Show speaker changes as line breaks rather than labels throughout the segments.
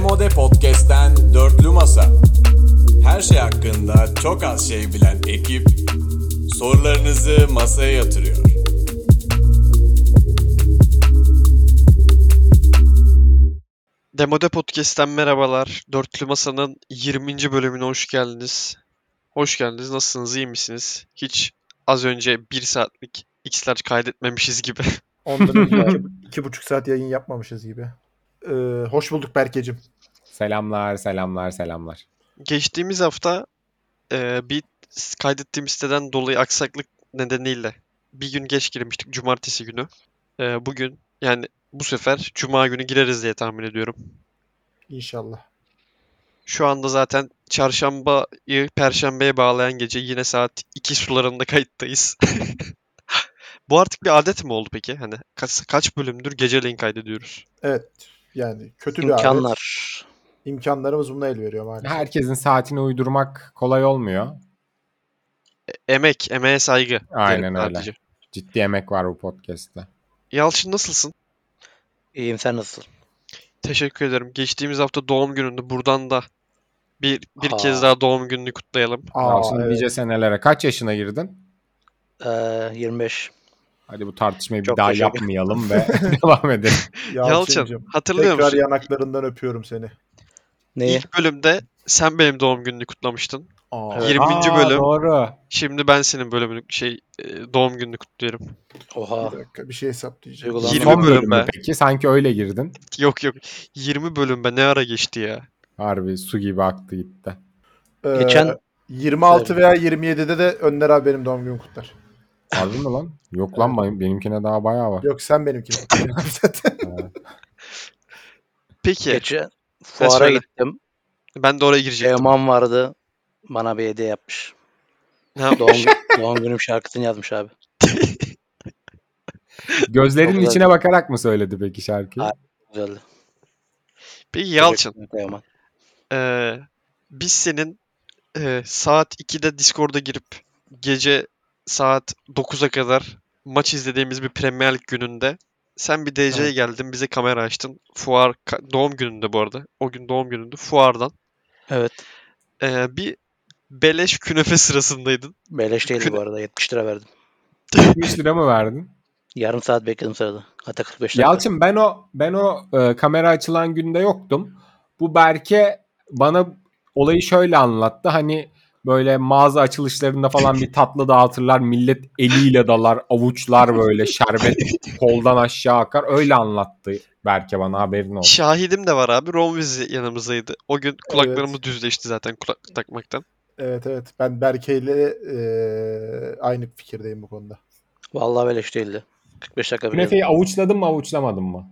Komode Podcast'ten Dörtlü Masa. Her şey hakkında çok az şey bilen ekip sorularınızı masaya yatırıyor.
Demode Podcast'ten merhabalar. Dörtlü Masa'nın 20. bölümüne hoş geldiniz. Hoş geldiniz. Nasılsınız? iyi misiniz? Hiç az önce 1 saatlik X'ler kaydetmemişiz gibi.
Ondan önce iki, iki buçuk saat yayın yapmamışız gibi. Ee, hoş bulduk Berkecim.
Selamlar, selamlar, selamlar.
Geçtiğimiz hafta e, bir s- kaydettiğim siteden dolayı aksaklık nedeniyle bir gün geç girmiştik. Cumartesi günü. E, bugün yani bu sefer Cuma günü gireriz diye tahmin ediyorum.
İnşallah.
Şu anda zaten çarşambayı perşembeye bağlayan gece yine saat 2 sularında kayıttayız. Bu artık bir adet mi oldu peki? Hani kaç, kaç bölümdür geceleyin kaydediyoruz?
Evet. Yani kötü bir adet.
İmkanlar.
İmkanlarımız buna el veriyor maalesef.
Herkesin saatini uydurmak kolay olmuyor.
Emek, emeğe saygı. diyelim
Aynen öyle.
sadece.
Ciddi emek var bu podcast'te.
Yalçın nasılsın?
İyiyim sen nasıl?
Teşekkür ederim. Geçtiğimiz hafta doğum günündü. Buradan da bir, bir
Aa.
kez daha doğum gününü kutlayalım.
Aa,
Şimdi
evet.
nice senelere. Kaç yaşına girdin?
Ee, 25.
Hadi bu tartışmayı
Çok
bir daha
teşekkür-
yapmayalım ve devam edelim.
Yalçın,
Yalçıncım.
hatırlıyor
Tekrar
musun?
yanaklarından öpüyorum seni.
Neyi?
İlk bölümde sen benim doğum gününü kutlamıştın.
Aa,
Evet.
20.
Aa,
bölüm.
Doğru.
Şimdi ben senin bölümünü şey e, doğum gününü kutluyorum.
Oha.
Ah.
Bir dakika bir şey hesaplayacağım.
Duygulandım.
Yirmi-
Son
bölüm
bölüm mü
be.
peki? Sanki öyle girdin.
Yok yok. 20 bölüm be ne ara geçti ya.
Harbi su gibi aktı gitti.
Ee,
Geçen
26 veya 27'de de Önder abi benim doğum günüm kutlar.
Harbi mi lan? Yok lan benim- benimkine daha bayağı var.
Yok sen benimkini kutlar.
Peki
geçen fuara
söyle.
gittim.
ben de oraya girecektim.
Teoman vardı. Bana bir hediye yapmış.
Ne yap-
Doğum, gü- doğum günüm şarkısını yazmış abi. Çok
Gözlerinin
güzel.
içine bakarak mı söyledi peki şarkıyı?
Hayır. Güzeldi.
Peki Yalçın
Teşekkür ederim Teoman.
e, biz senin e, saat 2'de Discord'a girip gece saat 9'a kadar maç izlediğimiz bir Premier Lig gününde sen bir DJ'ye
Evet.
geldin bize kamera açtın. Fuar ka- doğum gününde bu arada. O gün doğum günündü. Fuardan
Evet.
e, bir beleş künefe sırasındaydın.
Beleş değildi
Kü-
bu arada. 70 lira verdim.
70 lira mı verdin?
Yarım saat bekledim sırada. Hatta 45 dakika.
Yalçın ben o ben o e, kamera açılan günde yoktum. Bu Berke bana olayı şöyle anlattı. Hani böyle mağaza açılışlarında falan bir tatlı dağıtırlar. Millet eliyle dalar, avuçlar böyle şerbet koldan aşağı akar. Öyle anlattı Berke bana haberin olsun.
Şahidim de var abi. Romviz yanımızdaydı. O gün kulaklarımız düzleşti zaten kulaklık takmaktan.
evet evet. Ben Berke ile e, aynı fikirdeyim bu konuda.
Vallahi beleş değildi. 45 dakika bekledim.
Künefeyi avuçladın mı avuçlamadın mı?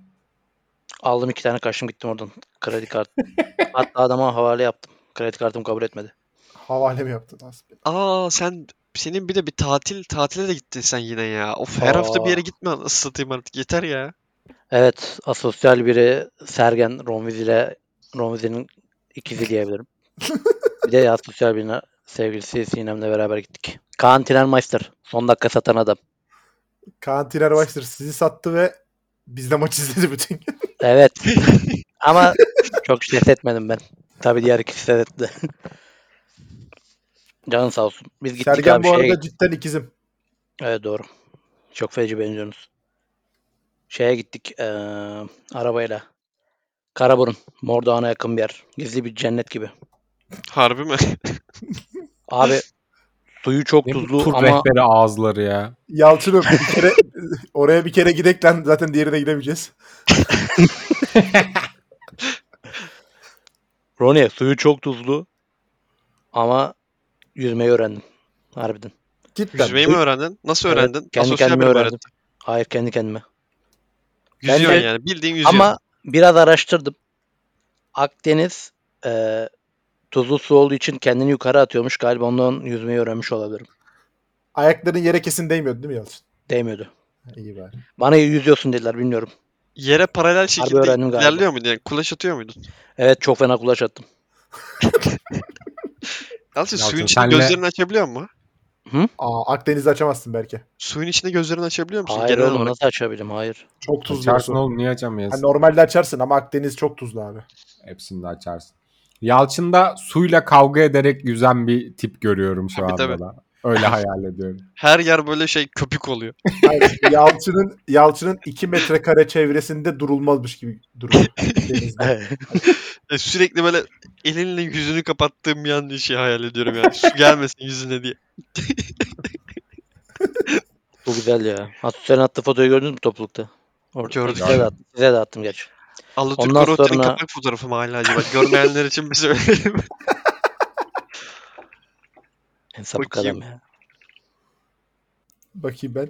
Aldım iki tane kaçtım gittim oradan. Kredi kartı. Hatta adama havale yaptım. Kredi kartım kabul etmedi.
Havale mi yaptın aslında?
Aa sen senin bir de bir tatil tatile de gittin sen yine ya. Of her hafta bir yere
Aa.
gitme anasını satayım artık yeter ya.
Evet, asosyal biri Sergen Romviz ile Romviz'in ikizi diyebilirim. Bir de asosyal birine sevgilisi Sinem'le beraber gittik. Kaan Tirenmeister, son dakika satan adam.
Kaan Tiner Baxter sizi sattı ve bizde maç izledi bütün gün.
Evet. Ama çok ses etmedim ben. Tabii diğer ikisi ses etti. Canın sağ olsun. Biz gittik
Sergen
abi
bu
şeye
arada
gittik.
cidden ikizim.
Evet doğru. Çok feci benziyorsunuz. Şeye gittik eee, arabayla. Karaburun. Mordoğan'a yakın bir yer. Gizli bir cennet gibi.
Harbi mi?
Abi suyu çok
Ne bu
tuzlu
tur
ama
rehberi ağızları ya.
Yalçın öp. Bir kere, oraya bir kere gidek lan zaten diğerine gidemeyeceğiz.
Roni suyu çok tuzlu ama yüzmeyi öğrendim. Harbiden.
Cidden.
Yüzmeyi mi öğrendin? Nasıl
Evet,
öğrendin?
kendi
Asosyal
kendime
biri mi
öğrendim.
öğretti?
Hayır kendi kendime.
Yüzüyorsun
Bence-
yani bildiğin yüzüyorsun.
Ama biraz araştırdım. Akdeniz e, tuzlu su olduğu için kendini yukarı atıyormuş. Galiba ondan yüzmeyi öğrenmiş olabilirim.
Ayakların yere kesin değmiyordu değil mi Yalçın?
Değmiyordu.
İyi bari.
Bana yüzüyorsun dediler bilmiyorum.
Yere paralel şekilde
öğrendim galiba.
ilerliyor muydun yani kulaç atıyor muydun?
Evet çok fena kulaç attım.
Yalçın suyun
Yalçın,
içinde
senle-
gözlerini açabiliyor musun?
Aa, Akdeniz'i açamazsın belki.
Suyun içinde gözlerini açabiliyor musun
Hayır
genel
oğlum
olarak?
nasıl açabilirim? Hayır.
Çok tuzlu.
Açarsın
su. Hani
oğlum niye açamayasın?
Yani normalde açarsın ama Akdeniz çok tuzlu abi.
Hepsini de açarsın. Yalçın'da suyla kavga ederek yüzen bir tip görüyorum şu
Tabii,
anda
tabii.
da. Öyle hayal ediyorum.
Her yer böyle şey köpük oluyor.
Hayır, Yalçın'ın Yalçın'ın 2 metrekare çevresinde durulmazmış gibi duruyor denizde.
E, sürekli böyle elinle yüzünü kapattığım bir an şey hayal ediyorum yani. Su gelmesin yüzüne diye.
Bu güzel ya. Asosyal'in attığı fotoğrafı gördünüz mü toplulukta? Orada.
Gördük.
Size de attım, size de attım gerçi.
Alaturk
Ondan
Otel'in
sonra-
kapak fotoğrafı mı hala acaba? Görmeyenler için bir söyleyelim.
En sapık
Bakayım.
adam ya.
Bakayım ben.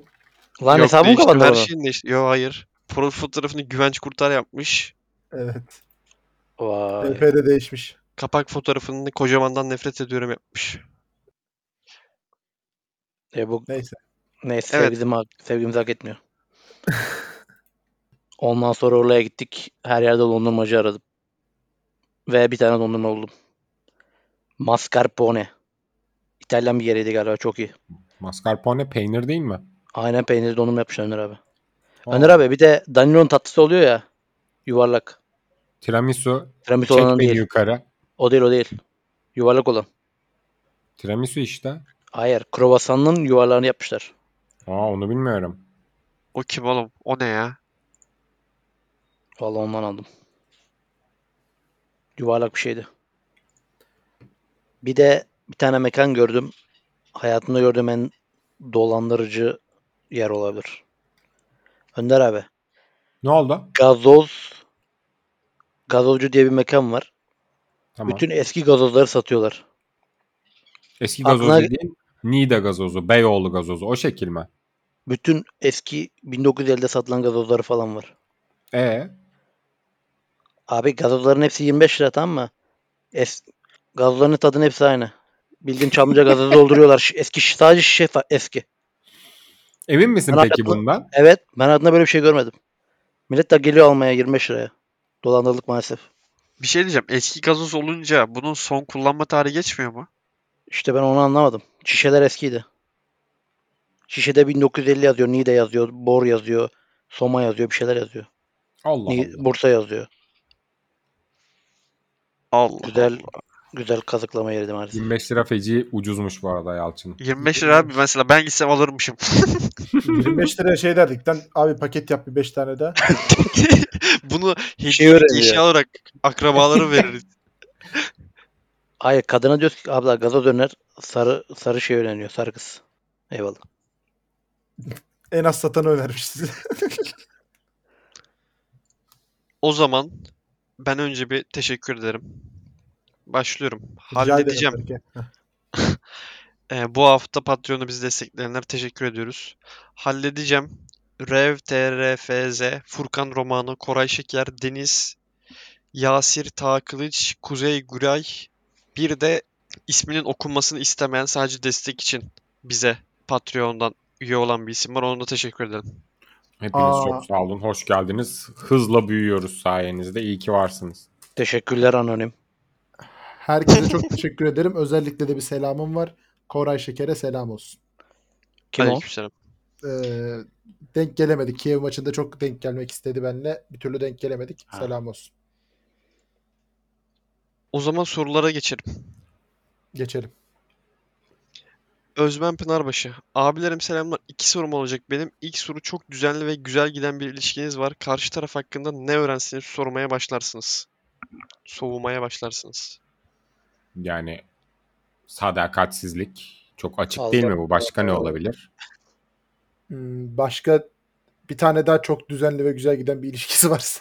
Lan
Yok,
hesabım
değişti.
kapandı
Her
bunun.
şeyin değişti. Yok hayır. Profil fotoğrafını Güvenç Kurtar yapmış.
Evet.
Vay.
DP'de değişmiş.
Kapak fotoğrafını kocamandan nefret ediyorum yapmış.
E bu
Neyse.
neyse
Evet.
sevgimizi, hak, sevgimizi hak etmiyor. Ondan sonra oraya gittik. Her yerde dondurmacı aradım. Ve bir tane dondurma buldum. Mascarpone. İtalyan bir yeriydi galiba çok iyi.
Mascarpone peynir değil mi?
Aynen peynirli dondurma yapmış Önder abi.
Aa,
Önder abi bir de Danilo'nun tatlısı oluyor ya. Yuvarlak.
Tiramisu.
Tiramisu
Çek
olan
beni
değil.
yukarı.
O değil o değil. Yuvarlak olan.
Tiramisu işte.
Hayır. Kruvasanın yuvarlarını yapmışlar.
Aa onu bilmiyorum.
O kim oğlum? O ne ya?
Vallahi ondan aldım. Yuvarlak bir şeydi. Bir de bir tane mekan gördüm. Hayatımda gördüğüm en dolandırıcı yer olabilir. Önder abi.
Ne oldu?
Gazoz Gazozcu diye bir mekan var.
Tamam.
Bütün eski gazozları satıyorlar.
Eski
Aklına-
gazozu değil. Nida gazozu, Beyoğlu gazozu o şekil mi?
Bütün eski 1950'de satılan gazozları falan var.
E
Abi gazozların hepsi 25 lira tamam mı? Es gazozların tadının hepsi aynı. Bildiğin Çamlıca gazozu dolduruyorlar. Şi- Eski şi- sadece şişe fa- eski.
emin misin
Bana
peki
yapma.
bundan?
Evet ben hayatımda böyle bir şey görmedim. Millet de geliyor almaya 25 liraya. Dolandırılık maalesef.
Bir şey diyeceğim. Eski gazoz olunca bunun son kullanma tarihi geçmiyor mu?
İşte ben onu anlamadım. Şişeler eskiydi. Şişede 1950 yazıyor, Niğde yazıyor, Bor yazıyor, Soma yazıyor, bir şeyler yazıyor.
Allah
Ni-
Allah.
Bursa yazıyor.
Allah.
Güzel güzel kazıklama yeri maalesef.
25 lira feci ucuzmuş bu arada Yalçın.
25 lira abi mesela ben gitsem alırmışım.
25 liraya şey derdik. Lan abi paket yap bir 5 tane daha.
Bunu
Şey
hediye
öğreniyor.
eşya olarak akrabalara veririz.
Hayır kadına diyoruz ki abla gazoz öner sarı sarı şey öğreniyor sarı kız. Eyvallah.
En az satanı önermiş size.
O zaman ben önce bir teşekkür ederim. Başlıyorum.
Rica ederim
Halledeceğim.
Berke.
Ee, bu hafta Patreon'u bizi destekleyenler teşekkür ediyoruz. Halledeceğim. Rev, TRFZ, Furkan Romanı, Koray Şeker, Deniz, Yasir Takılıç, Kuzey Güray. Bir de isminin okunmasını istemeyen sadece destek için bize Patreon'dan üye olan bir isim var. Ona da teşekkür ederim.
Hepiniz
Aa.
çok sağ olun. Hoş geldiniz. Hızla büyüyoruz sayenizde. İyi ki varsınız.
Teşekkürler anonim.
Herkese çok teşekkür ederim. Özellikle de bir selamım var. Koray Şeker'e selam olsun.
Kim o?
Aleykümselam.
Ee, denk gelemedik. Kiev maçında çok denk gelmek istedi benimle. Bir türlü denk gelemedik.
Ha.
Selam olsun.
O zaman sorulara geçelim.
Geçelim.
Özmen Pınarbaşı. Abilerim selamlar. İki sorum olacak benim. İlk soru çok düzenli ve güzel giden bir ilişkiniz var. Karşı taraf hakkında ne öğrensiniz sormaya başlarsınız. Soğumaya başlarsınız.
Yani sadakatsizlik çok açık
Allah
değil mi bu? Başka ne
Allah.
olabilir?
Hmm, başka bir tane daha çok düzenli ve güzel giden bir ilişkisi varsa.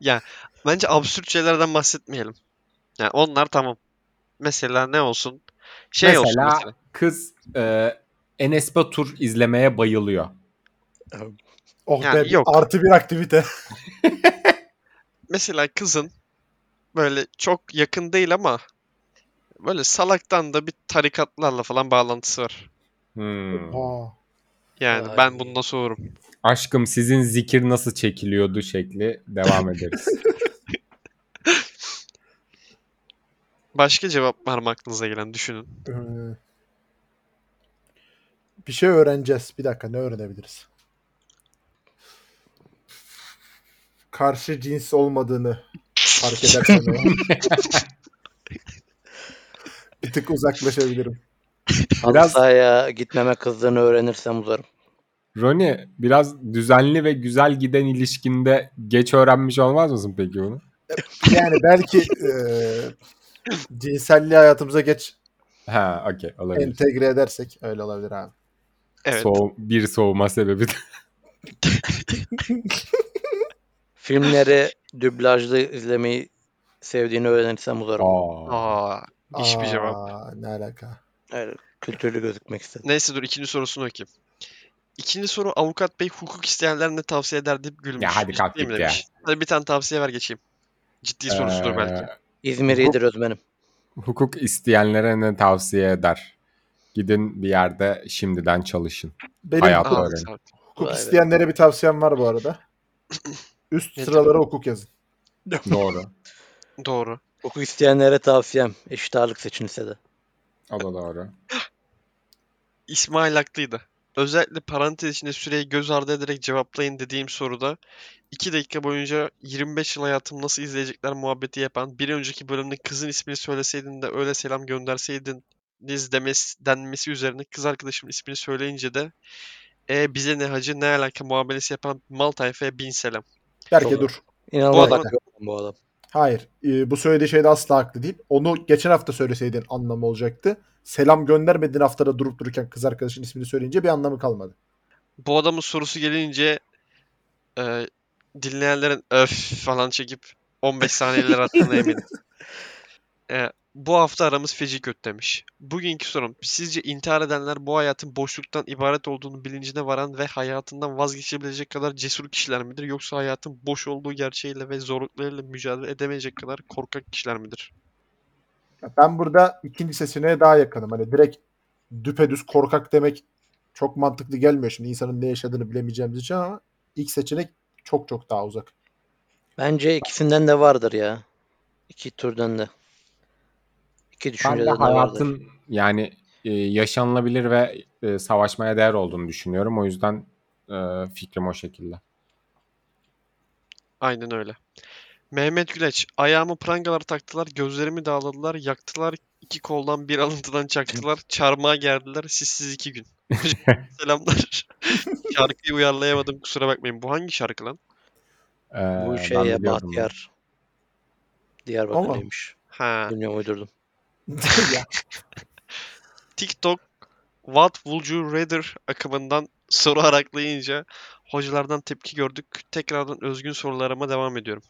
ya bence absürt şeylerden bahsetmeyelim. Yani onlar tamam. Mesela ne olsun? Şey olsun
Mesela-
mesela.
Kız e, Enes Batur izlemeye bayılıyor.
oh
Yani
be,
yok.
artı bir aktivite.
Mesela kızın böyle çok yakın değil ama böyle salaktan da bir tarikatlarla falan bağlantısı var.
Hmm.
Aa,
Yani
Vay.
ben bundan soğurum.
Aşkım sizin zikir nasıl çekiliyordu şekli devam ederiz.
Başka cevap var mı aklınıza gelen? Düşünün.
hmm,
Bir şey öğreneceğiz. Bir dakika ne öğrenebiliriz? karşı cins olmadığını fark edersen o an. bir tık uzaklaşabilirim.
Biraz-
Halıya gitmeme kızdığını öğrenirsem uzarım.
Roni biraz düzenli ve güzel giden ilişkinde geç öğrenmiş olmaz mısın peki bunu?
Yani belki eee cinselliği hayatımıza geç
Ha okey olabilir.
entegre edersek öyle olabilir abi.
Evet.
Soğu- bir soğuma sebebi.
Filmleri dublajlı izlemeyi sevdiğini öğrenirsem uzarım.
Aa.
Aa, hiçbir cevap.
Aa, Ne alaka?
Öyle kültürlü gözükmek istedim.
Neyse dur ikinci sorusunu okuyayım. İkinci soru avukat bey hukuk isteyenler ne tavsiye eder deyip gülmüş.
Ya hadi kalk
Ciddi mi
git ya.
demiş. Hadi bir tane tavsiye ver geçeyim. Ciddi sorusudur belki.
Ee,
İzmir iyidir özmenim.
hukuk isteyenlere ne tavsiye eder? Gidin bir yerde şimdiden çalışın.
Benim
Hayatı
Aa,
öğrenin.
sağ-
hukuk
Vay be.
isteyenlere bir tavsiyem var bu arada. Üst
Ne
sıralara hukuk yazın.
Doğru.
Doğru.
Hukuk isteyenlere tavsiyem eşit ağırlık seçin lisede.
O da doğru.
İsmail haklıydı. Özellikle parantez içinde süreyi göz ardı ederek cevaplayın dediğim soruda 2 dakika boyunca 25 yıl hayatım nasıl izleyecekler muhabbeti yapan bir önceki bölümde kızın ismini söyleseydin de öyle selam gönderseydin demes, denmesi üzerine kız arkadaşımın ismini söyleyince de e, bize ne hacı ne alaka muamelesi yapan mal tayfaya bin selam.
Belki
Doğru.
dur.
Bu
İnanılmaz
arada-
haklı bu adam.
Hayır. e, bu söylediği şey de asla haklı değil. Onu geçen hafta söyleseydin anlamı olacaktı. Selam göndermediğin haftada durup dururken kız arkadaşın ismini söyleyince bir anlamı kalmadı.
Bu adamın sorusu gelince e, dinleyenlerin öf falan çekip 15 saniyeler attığına eminim. E, bu hafta aramız feci kötü demiş. Bugünkü sorum. Sizce intihar edenler bu hayatın boşluktan ibaret olduğunu bilincine varan ve hayatından vazgeçebilecek kadar cesur kişiler midir? Yoksa hayatın boş olduğu gerçeğiyle ve zorluklarıyla mücadele edemeyecek kadar korkak kişiler midir?
Ya Ben burada ikinci sesine daha yakınım. Hani direkt düpedüz korkak demek çok mantıklı gelmiyor şimdi insanın ne yaşadığını bilemeyeceğimiz için ama ilk seçenek çok çok daha uzak.
Bence ikisinden de vardır ya. İki türden de. İki
Ben de
düşünceden de vardır.
hayatın yani e, yaşanılabilir ve e, savaşmaya değer olduğunu düşünüyorum. O yüzden e, fikrim o şekilde.
Aynen öyle. Mehmet Güleç, ayağımı prangalar taktılar, gözlerimi dağladılar, yaktılar, iki koldan bir alıntıdan çaktılar, çarmıha gerdiler, sizsiz iki gün. Selamlar. Şarkıyı uyarlayamadım, kusura bakmayın. Bu hangi şarkı lan?
Ee,
Bu
ben
şey ya
biliyorum bunu.
Bahtiyar. Diyarbakırlıymış.
Ha.
Bilmiyorum uydurdum.
Ya,
TikTok, What Would You Rather akımından soru araklayınca hocalardan tepki gördük. Tekrardan özgün sorularıma devam ediyorum.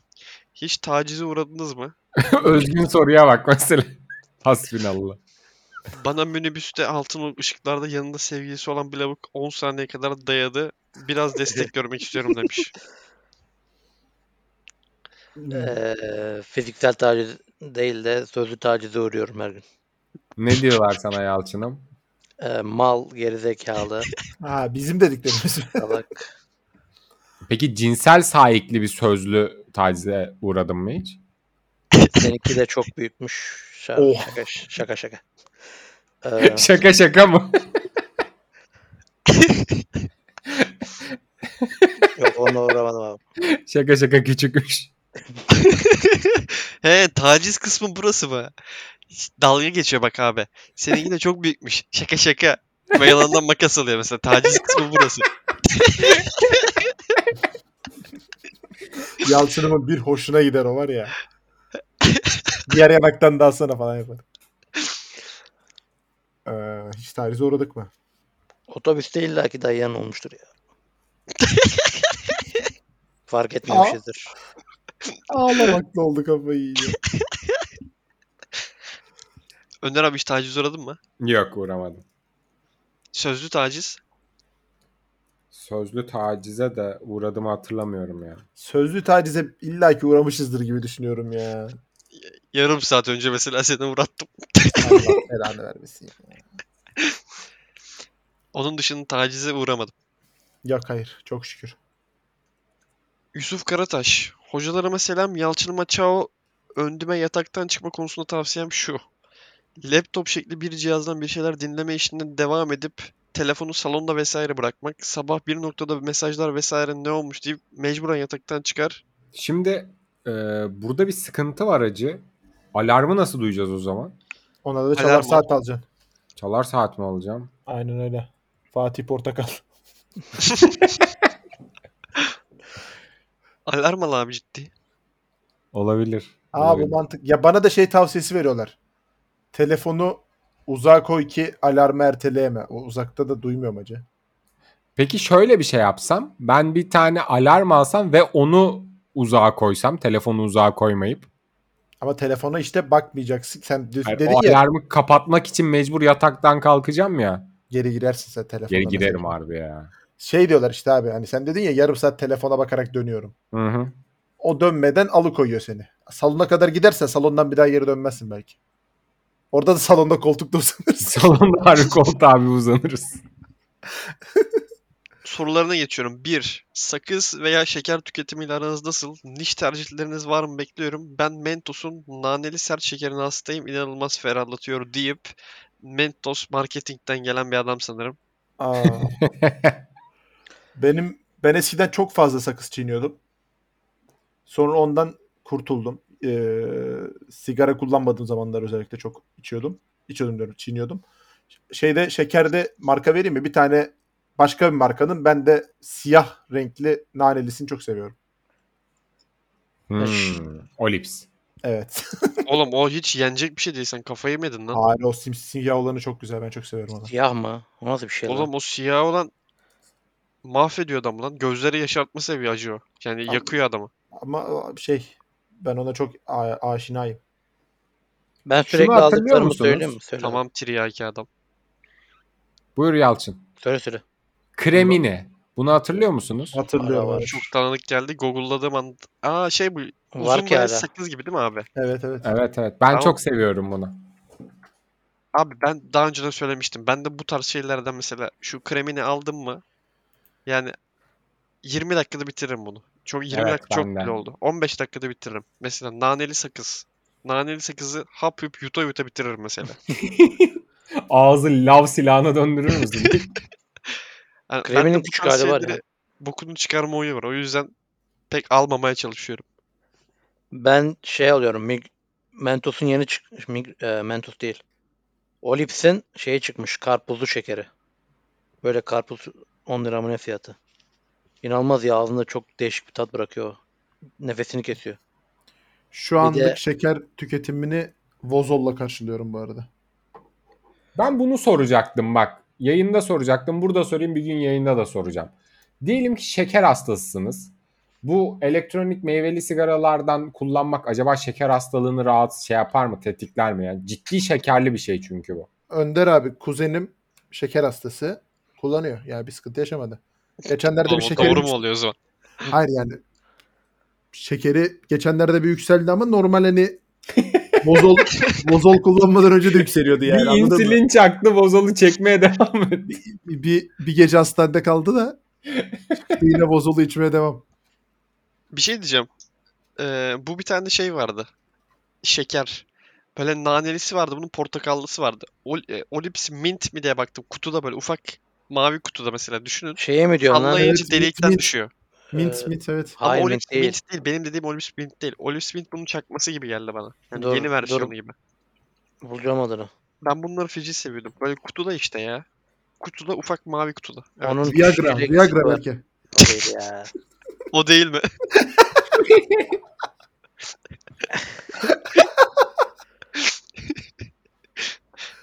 Hiç tacize uğradınız mı?
Özgün soruya bak mesela. Hasbinallah.
Bana minibüste altın ışıklarda yanında sevgilisi olan bir lavuk 10 saniye kadar dayadı. Biraz destek görmek istiyorum demiş.
Ee, fiziksel taciz değil de sözlü tacize uğruyorum her gün.
Ne diyorlar sana Yalçın'ım?
Ee, mal, gerizekalı,
ha, bizim dediklerimiz.
salak.
Peki cinsel sahipli bir sözlü tacize uğradın mı hiç?
Seninki de çok büyükmüş. Şaka
Oh.
şaka şaka. şaka. Ee,
şaka şaka mı?
yok ona uğramadım abi.
şaka şaka küçükmüş.
He taciz kısmı burası mı? Hiç Dalga geçiyor bak abi. Seninki de çok büyükmüş. Şaka şaka. Ve yalandan makas alıyor mesela. Taciz kısmı burası.
Yalçınımın bir hoşuna gider o var ya. Diğer yanaktan da alsana falan yapar. Ee, hiç tarize uğradık mı?
Otobüste illaki dayayan olmuştur ya. Fark etmemişizdir.
Ağlamakla oldu kafayı yiyince.
Önder abi hiç taciz uğradın mı?
Yok uğramadım.
Sözlü taciz.
Sözlü tacize de uğradığımı hatırlamıyorum ya.
Sözlü tacize illaki uğramışızdır gibi düşünüyorum ya.
Yarım saat önce mesela seni uğrattım.
Allah belanı vermesin. ya.
Onun dışında tacize uğramadım.
Yok hayır çok şükür.
Yusuf Karataş. Hocalarıma selam. Yalçınıma çao. Öndüme yataktan çıkma konusunda tavsiyem şu. Laptop şekli bir cihazdan bir şeyler dinleme işinde devam edip telefonu salonda vesaire bırakmak. Sabah bir noktada mesajlar vesaire ne olmuş deyip mecburen yataktan çıkar.
Şimdi e, burada bir sıkıntı var acı. Alarmı nasıl duyacağız o zaman?
Ona da
çalar
çalar
Alarm
saat
saat
alacaksın.
Çalar saat mi alacağım?
Aynen öyle. Fatih Portakal.
Alarm al abi ciddi.
Olabilir.
Aa bu
Olabilir.
mantık. Ya bana da şey tavsiyesi veriyorlar. Telefonu uzağa koy ki alarmı erteleyeme. O uzakta da duymuyorum acı.
Peki şöyle bir şey yapsam. Ben bir tane alarm alsam ve onu uzağa koysam. Telefonu uzağa koymayıp.
Ama telefona işte bakmayacaksın. Sen düz
Hayır,
dedin
o
ya
alarmı kapatmak için mecbur yataktan kalkacağım ya.
geri girersin sen telefona.
Geri
mesela.
giderim harbi ya.
Şey diyorlar işte abi hani sen dedin ya yarım saat telefona bakarak dönüyorum.
Hı hı.
O dönmeden alıkoyuyor seni. Salona kadar gidersen salondan bir daha geri dönmezsin belki. Orada da salonda koltukta uzanırsın.
Salonda harbi koltuğa bir uzanırız.
Sorularına geçiyorum. 1. Sakız veya şeker tüketimiyle aranız nasıl? Niş tercihleriniz var mı bekliyorum. Ben Mentos'un naneli sert şekerine hastayım. İnanılmaz ferahlatıyor deyip Mentos marketingten gelen bir adam sanırım.
Aa. Benim ben eskiden çok fazla sakız çiğniyordum. Sonra ondan kurtuldum. Ee, sigara kullanmadığım zamanlar özellikle çok içiyordum. İçiyordum diyorum, çiğniyordum. Şeyde şekerde marka vereyim mi? Bir tane başka bir markanın ben de siyah renkli nanelisini çok seviyorum.
Hmm. Olips.
Evet.
Oğlum o hiç yenecek bir şey değil. Sen kafayı mı yedin lan?
Hayır o simsiyah olanı çok güzel. Ben çok seviyorum onu.
Siyah mı? O nasıl bir şey? lan?
Oğlum o siyah olan mahvediyor adamı lan. Gözleri yaşartma seviye acı o. Yani
Abi-
yakıyor adamı.
Ama o şey ben ona çok a- aşinayım.
Ben
Şunu
sürekli
hatırlıyor
aldıklarımı
musunuz?
söyleyeyim mi? Söyle.
Tamam tiryaki adam.
Buyur Yalçın.
Söyle söyle.
Kremini. Bunu hatırlıyor musunuz?
Hatırlıyorum.
Var, var.
evet.
Çok tanıdık geldi. Google'ladığım an... Aa şey bu.
Var
Uzun
ki
böyle
hala.
sakız gibi değil mi abi?
Evet evet.
Evet evet. Ben
Tamam.
çok seviyorum bunu.
Abi ben daha önce de söylemiştim. Ben de bu tarz şeylerden mesela şu kremini aldım mı yani 20 dakikada bitiririm bunu. Çok 20
Evet,
dakika çok
ben de.
bile oldu. 15 dakikada bitiririm. Mesela naneli sakız. Naneli sakızı hap hüp yuta yuta bitiririm mesela.
Ağzı lav silahına döndürür müsün?
Yani ben de
Kreminin
bu
küçük
tarz
hali var
şeyleri
ya.
Bokunu çıkarma oyu var. O yüzden pek almamaya çalışıyorum.
Ben şey alıyorum. Mig Mentos'un yeni çıkmış. Mig e, Mentos değil. Olips'in şeyi çıkmış. Karpuzlu şekeri. Böyle karpuz 10 lira mı ne fiyatı? İnanılmaz ya ağzında çok değişik bir tat bırakıyor. o. Nefesini kesiyor.
Şu anlık
de-
şeker tüketimini Vozol'la karşılıyorum bu arada.
ben bunu soracaktım bak. Yayında soracaktım. Burada sorayım bir gün yayında da soracağım. Diyelim ki şeker hastasısınız. Bu elektronik meyveli sigaralardan kullanmak acaba şeker hastalığını rahat şey yapar mı? Tetikler mi? Yani ciddi şekerli bir şey çünkü bu.
Önder abi kuzenim şeker hastası kullanıyor. Yani bir sıkıntı yaşamadı. Geçenlerde bir
Oğlum,
şeker
doğru mu oluyor o zaman?
Hayır yani şekeri geçenlerde bir yükseldi ama normal hani bozol bozol kullanmadan önce de yükseliyordu yani.
bir
anladın mı?
insülin çaktı bozalı çekmeye devam etti.
bir, bir gece hastanede kaldı da işte yine bozolu içmeye devam.
Bir şey diyeceğim. Ee, bu bir tane şey vardı. Şeker. Böyle nanelisi vardı. Bunun portakallısı vardı. Ol, e, Olips Mint mi diye baktım. Kutuda böyle ufak mavi kutuda mesela düşünün.
Şeye mi diyorsun lan?
Sallayınca
evet,
delikten
mint.
düşüyor.
Mint
Ee,
mint evet.
Ama
Hayır,
Olips
mint değil.
Benim dediğim Olips Mint değil. Olips Mint bunun çakması gibi geldi bana. Yani
Dur,
yeni
dur.
versiyonu gibi.
Bulacağım adını.
Ben bunları feci seviyordum. Böyle kutuda işte ya. Kutuda ufak mavi kutuda. Evet.
Onun
Viagra,
şekeri
Viagra
var.
belki.
O değil ya.
O değil mi?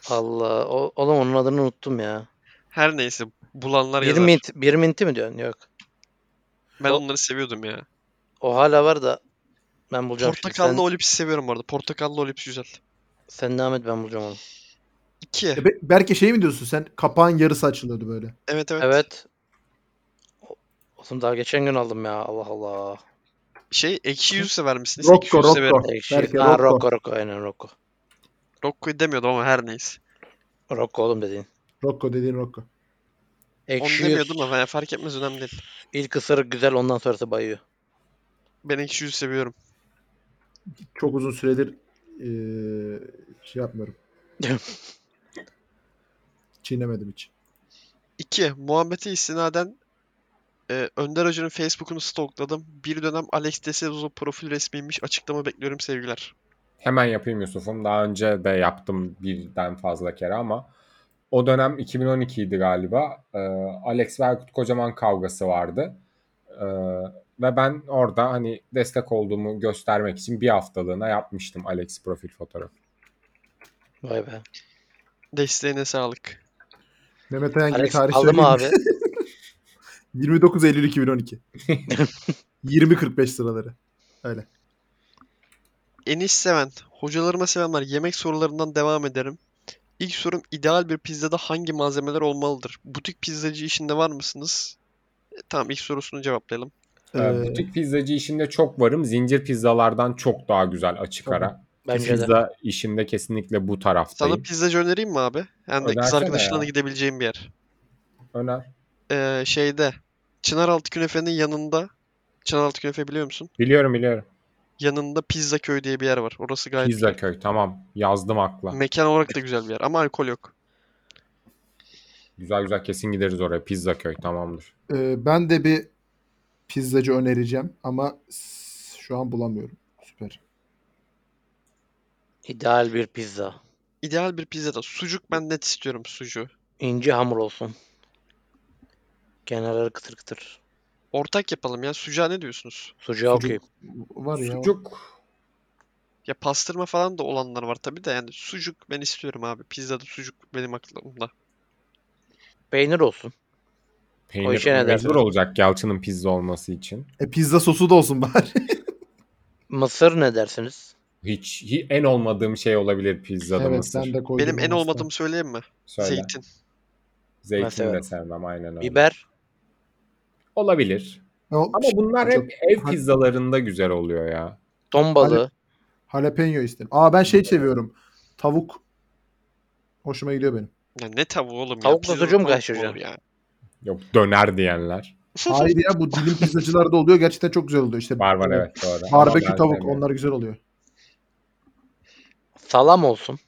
Allah. O, oğlum onun adını unuttum ya.
Her neyse bulanlar
Bir
yazar.
mint, bir minti mi diyorsun? Yok.
Ben
O-
onları seviyordum ya.
O hala var da ben bulacağım
Portakallı
şimdi.
Olips'i seviyorum bu arada. Portakallı Olips güzel.
Sen, sen devam et ben bulacağım onu.
2.
E
Evet.
be- Belki şey mi diyorsun sen? Kapağın yarısı açılıyordu böyle.
evet
Evet. O- Oğlum daha geçen gün aldım ya. Allah Allah.
Şey ekşi yüz sever misiniz?
Rocco,
ekşi yüz
Rocco.
severim.
Ekşi.
Belki
Ha,
Rocco.
şey. Rocco Rocco aynen Rocco.
Rocco'yu demiyordum ama her neyse.
Rocco oğlum dediğin.
Rocco dediğin Rocco.
Ekşi
Onu
yüz.
demiyordum ama yani fark etmez önemli değil.
İlk ısırık güzel ondan sonrası bayıyor.
Ben ekşi yüz seviyorum.
Çok uzun süredir
e,
eee, şey yapmıyorum. Çiğnemedim hiç.
2. Muhabbete istinaden Ee, Önder Hoca'nın Facebook'unu stalkladım. Bir dönem Alex de Souza profil resmiymiş. Açıklama bekliyorum sevgiler.
Hemen yapayım Yusuf'um. Daha önce de yaptım birden fazla kere ama o dönem 2012'ydi galiba. Ee, Alex ve Erkut Kocaman kavgası vardı. Ee, ve ben orada hani destek olduğumu göstermek için bir haftalığına yapmıştım Alex profil fotoğrafı.
Vay be.
Desteğine sağlık.
Mehmet Ayan gibi
Alex
tarih
kaldı mı
söyleyeyim mi?
abi?
29 Eylül 2012. 20.45 sıraları.
Enis Seven. Hocalarıma selamlar. Yemek sorularından devam ederim. İlk sorum ideal bir pizzada hangi malzemeler olmalıdır? Butik pizzacı işinde var mısınız? E, tamam ilk sorusunu cevaplayalım.
Ee,
Ee,
butik pizzacı işinde çok varım. Zincir pizzalardan çok daha güzel açık
Tabii.
ara.
Bence de.
Pizza işinde kesinlikle bu
Sana
taraftayım.
pizzacı önereyim mi abi? Yani de kız
Önersene
arkadaşlarına
ya.
gidebileceğin bir yer.
Öner.
Ee, şeyde Çınaraltı Künefe'nin yanında Çınaraltı Künefe biliyor musun?
Biliyorum biliyorum.
Yanında Pizza Köy diye bir yer var. Orası gayet
Pizza köy tamam. Yazdım akla.
mekan olarak da güzel bir yer ama alkol yok.
Güzel güzel kesin gideriz oraya. Pizza köy tamamdır.
e, ben de bir pizzacı önereceğim ama s- şu an bulamıyorum. Süper.
İdeal bir pizza.
İdeal bir pizza da sucuk ben net istiyorum sucuğu.
İnce hamur olsun. Kenarları kıtır kıtır.
Ortak yapalım ya. Sucuğa ne diyorsunuz?
Sucuğa
Sucuk
okuyayım.
Var ya.
Sucuk.
Ya pastırma falan da olanlar var tabii de yani sucuk ben istiyorum abi. Pizzada sucuk benim aklımda.
Peynir olsun. O
Peynir
işe ne dersin?
mecbur olacak Yalçın'ın pizza olması için.
E, pizza sosu da olsun bari.
Mısır ne dersiniz?
Hiç, hi- en olmadığım şey olabilir pizzada
evet
mısır.
ben de koydum.
Benim en
aslında.
olmadığımı söyleyeyim mi?
Söyle.
Zeytin.
Zeytin
Ben severim.
de sevmem aynen öyle.
Biber.
Olabilir.
Ama
Ama bunlar hep
Çok-
ev
Ha-
pizzalarında güzel oluyor ya.
Ton balığı.
jalapeno isterim. Aa ben şey seviyorum. Tavuk hoşuma gidiyor benim.
Ya ne tavuğu oğlum ya?
Tavukla
Pizzada
sucuğu mu
tavuk olur
karıştıracaksın?
ya?
Yok döner diyenler.
Hayır ya bu dilim pizzacılarda oluyor. Gerçekten çok güzel oluyor. İşte
Var var evet doğru. Ama
Barbekü
ben
tavuk
sevmiyorum.
onlar güzel oluyor.
Salam olsun.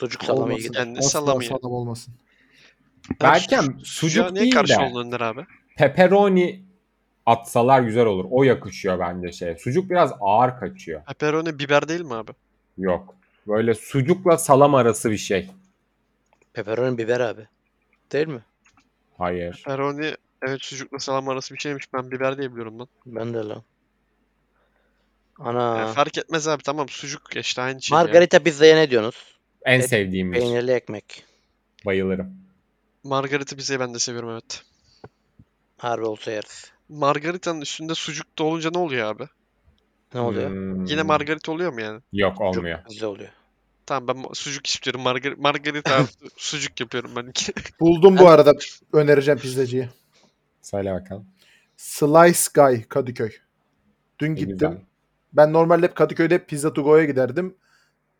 Sucuk salamı iyi
Olmasın.
gider.
Yani
Asla
salam ya.
salam olmasın.
Berkem,
Su-
sucuk
niye
değil
karşı
de.
oldun Önder abi?
Pepperoni atsalar güzel olur. O yakışıyor bence şey. Sucuk biraz ağır kaçıyor.
Pepperoni biber değil mi abi?
Yok. Böyle sucukla salam arası bir şey.
Pepperoni biber abi. Değil mi?
Hayır.
Pepperoni evet sucukla salam arası bir şeymiş. Ben biber diye biliyorum lan.
Ben de lan.
Yani
Ana.
fark etmez abi tamam sucuk ya işte aynı şey ya.
Margarita pizzaya ne diyorsunuz?
En
Et,
sevdiğimdir.
Peynirli ekmek.
Bayılırım.
Margarita bize ben de seviyorum evet.
Harbi olsa yeriz.
Margaritanın üstünde sucuk da olunca ne oluyor abi?
Ne oluyor?
Hmm,
Yine margarita oluyor mu yani?
Yok
Sucuk
olmuyor.
pizza oluyor.
Tamam ben ma- sucuk istiyorum. Margar margarita artı sucuk yapıyorum ben. iki.
Buldum bu arada önereceğim pizzacıyı.
Söyle bakalım.
Slice Guy Kadıköy. Dün
Ne
gittim.
güzel.
Ben normalde hep Kadıköy'de hep Pizza to Go'ya giderdim.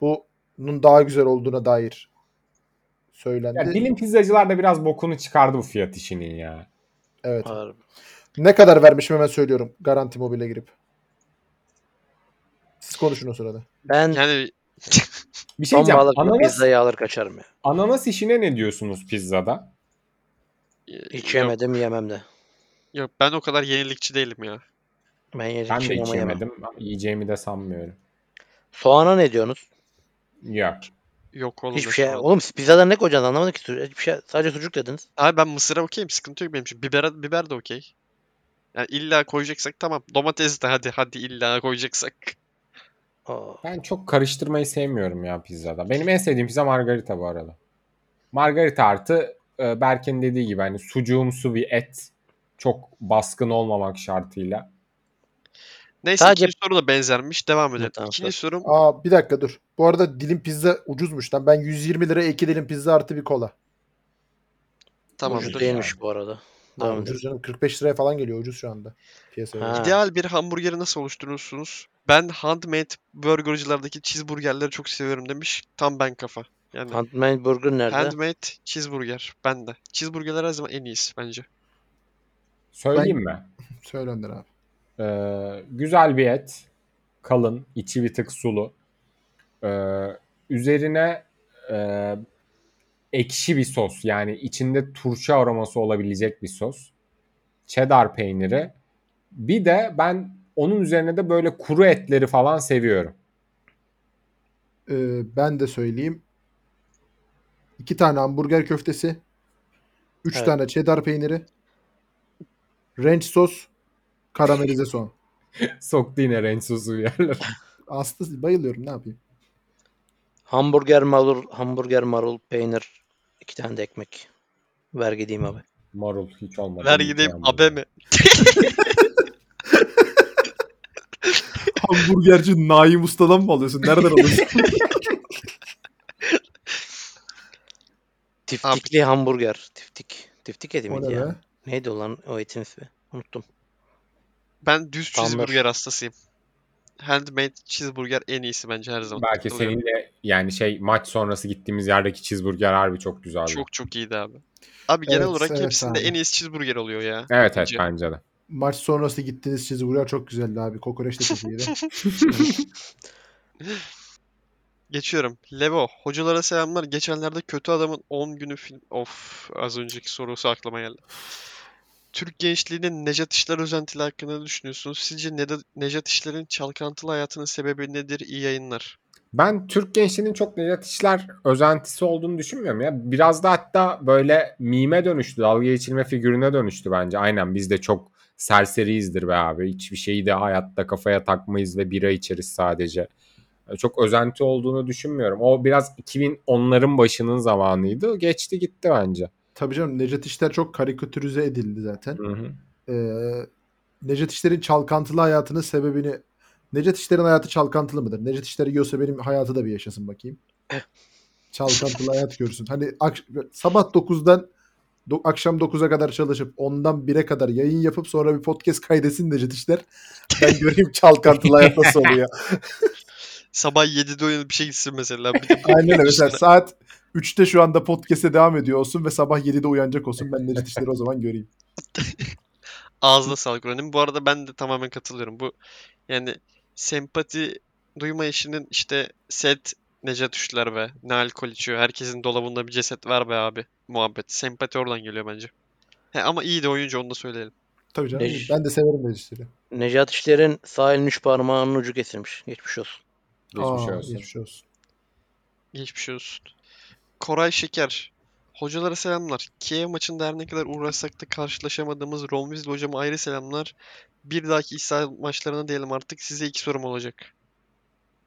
Bunun daha güzel olduğuna dair söylendi.
Ya dilim pizzacılar da biraz bokunu çıkardı bu fiyat işinin ya.
evet.
Harbi.
Ne kadar vermişim hemen söylüyorum. Garanti mobile girip. Siz konuşun o sırada.
Ben
Yani
Bir şey
son
diyeceğim.
balıklı
Ananas,
pizzayı alır kaçarım ya.
ananas işine ne diyorsunuz pizzada?
e,
Hiç
yok,
yemedim yemem de.
yok ben o kadar yenilikçi değilim ya.
Ben yedik
Ben de
şey
hiç
ama yemem.
yemedim. ama Yiyeceğimi de sanmıyorum.
Soğana ne diyorsunuz?
Yok.
Yok oğlum.
Hiçbir
ne
şey.
soğan.
Oğlum siz pizzadan ne koyacaksınız anlamadım ki. Su- Hiçbir şey. Sadece sucuk dediniz.
Abi ben mısıra okeyim. Sıkıntı yok benim için. Biber, biber de okey. Yani illa koyacaksak tamam. Domates de hadi hadi illa koyacaksak.
Aa,
Ben çok karıştırmayı sevmiyorum ya pizzada. Benim en sevdiğim pizza margarita bu arada. Margarita artı e, Berk'in dediği gibi hani sucuğumsu bir et. Çok baskın olmamak şartıyla.
Neyse
Sadece-
ikinci soru da benzermiş. Devam edelim.
tamam,
ikinci sorum
Aa bir dakika dur. Bu arada dilim pizza ucuzmuş lan. Ben 120 liraya iki dilim pizza artı bir kola.
ucuz
tamamdır.
değil.
değilmiş bu arada.
Aa,
Devam
ucuz
edelim.
canım 45 liraya falan geliyor ucuz şu anda. Piyasaya.
Ha.
göre.
İdeal bir hamburgeri nasıl oluşturursunuz? Ben handmade burgercılardaki cheeseburgerleri çok seviyorum demiş. Tam ben kafa. Yani
Handmade burger nerede?
handmade cheeseburger. Ben de. Cheeseburgerler her zaman en iyisi bence.
Söyleyeyim mi?
Söyle Önder abi.
Ee, güzel bir et. Kalın. içi bir tık sulu. Ee, üzerine e, ekşi bir sos. Yani içinde turşu aroması olabilecek bir sos. cheddar peyniri. Bir de ben onun üzerine de böyle kuru etleri falan seviyorum.
Ee, ben de söyleyeyim. İki tane hamburger köftesi. Üç
Evet.
tane cheddar peyniri. Ranch sos. Karamelize soğan.
Soktu yine renk sosu bir yerlere.
Aslı bayılıyorum ne yapayım.
Hamburger marul, hamburger marul, peynir, iki tane de ekmek. Vergi diyeyim abi.
Marul hiç olmadı.
Ver gideyim abe mi?
Hamburgerci Naim Usta'dan mı alıyorsun? Nereden alıyorsun?
Tiftikli hamburger. Tiftik. Tiftik eti
o
miydi
ne
ya?
be?
Neydi olan o etin ismi? Unuttum.
Ben düz
Tamam, ver.
cheeseburger hastasıyım. Handmade cheeseburger en iyisi bence her zaman.
Belki
Katılıyorum.
seninle yani şey maç sonrası gittiğimiz yerdeki cheeseburger harbi çok güzeldi.
Çok çok iyiydi abi. Abi genel
Evet,
olarak
evet
hepsinde
abi.
en iyisi cheeseburger oluyor ya.
Evet evet
Bence.
bence de.
Maç sonrası gittiğiniz cheeseburger çok güzeldi abi. Kokoreç de çok iyiydi.
Geçiyorum. Levo, hocalara selamlar. Geçenlerde kötü adamın 10 günü film... Of, az önceki sorusu aklıma geldi. Türk gençliğinin Nejat İşler özentili hakkında ne düşünüyorsunuz? Sizce Neda- Nejat İşler'in çalkantılı hayatının sebebi nedir? İyi yayınlar.
Ben Türk gençliğinin çok Nejat İşler özentisi olduğunu düşünmüyorum ya. Biraz da hatta böyle mime dönüştü. Dalga geçilme figürüne dönüştü bence. Aynen biz de çok serseriyizdir be abi. Hiçbir şeyi de hayatta kafaya takmayız ve bira içeriz sadece. E, Çok özenti olduğunu düşünmüyorum. O biraz 2010'ların başının zamanıydı. Geçti gitti bence.
Tabii canım Necdet İşler çok karikatürize edildi zaten.
Hı hı.
Ee, Necdet İşler'in çalkantılı hayatının sebebini Necdet İşler'in hayatı çalkantılı mıdır? Necdet İşler'i yiyorsa benim hayatı da bir yaşasın bakayım. çalkantılı hayat görsün. Hani ak- sabah 9'dan do- akşam 9'a kadar çalışıp ondan 1'e kadar yayın yapıp sonra bir podcast kaydetsin Necdet İşler. Ben göreyim çalkantılı hayat nasıl oluyor.
Sabah 7'de uyanıp bir şey gitsin mesela. Bir de
Aynen öyle.
İşte.
Mesela saat 3'te şu anda podcast'e devam ediyor olsun ve sabah 7'de uyanacak olsun. Ben Necdet İşler'i o zaman göreyim.
Ağzına sağlık Ronin. Bu arada ben de tamamen katılıyorum. Bu yani sempati duyma işinin işte set Necat Üçler ve ne alkol içiyor. Herkesin dolabında bir ceset var be abi. Muhabbet. Sempati oradan geliyor bence. He, ama iyi de oyuncu onu da söyleyelim.
Tabii canım.
Necdet-
Ben de severim Necdet İşler'i.
Necat İşler'in sağ elin üç parmağının ucu kesilmiş. Geçmiş olsun.
Geçmiş
Aa,
olsun.
Geçmiş olsun.
Geçmiş olsun. Koray Şeker. Hocalara selamlar. Kiev maçında her ne kadar uğraşsak da karşılaşamadığımız Romvizli hocama ayrı selamlar. Bir dahaki İsrail maçlarına diyelim artık size iki sorum olacak.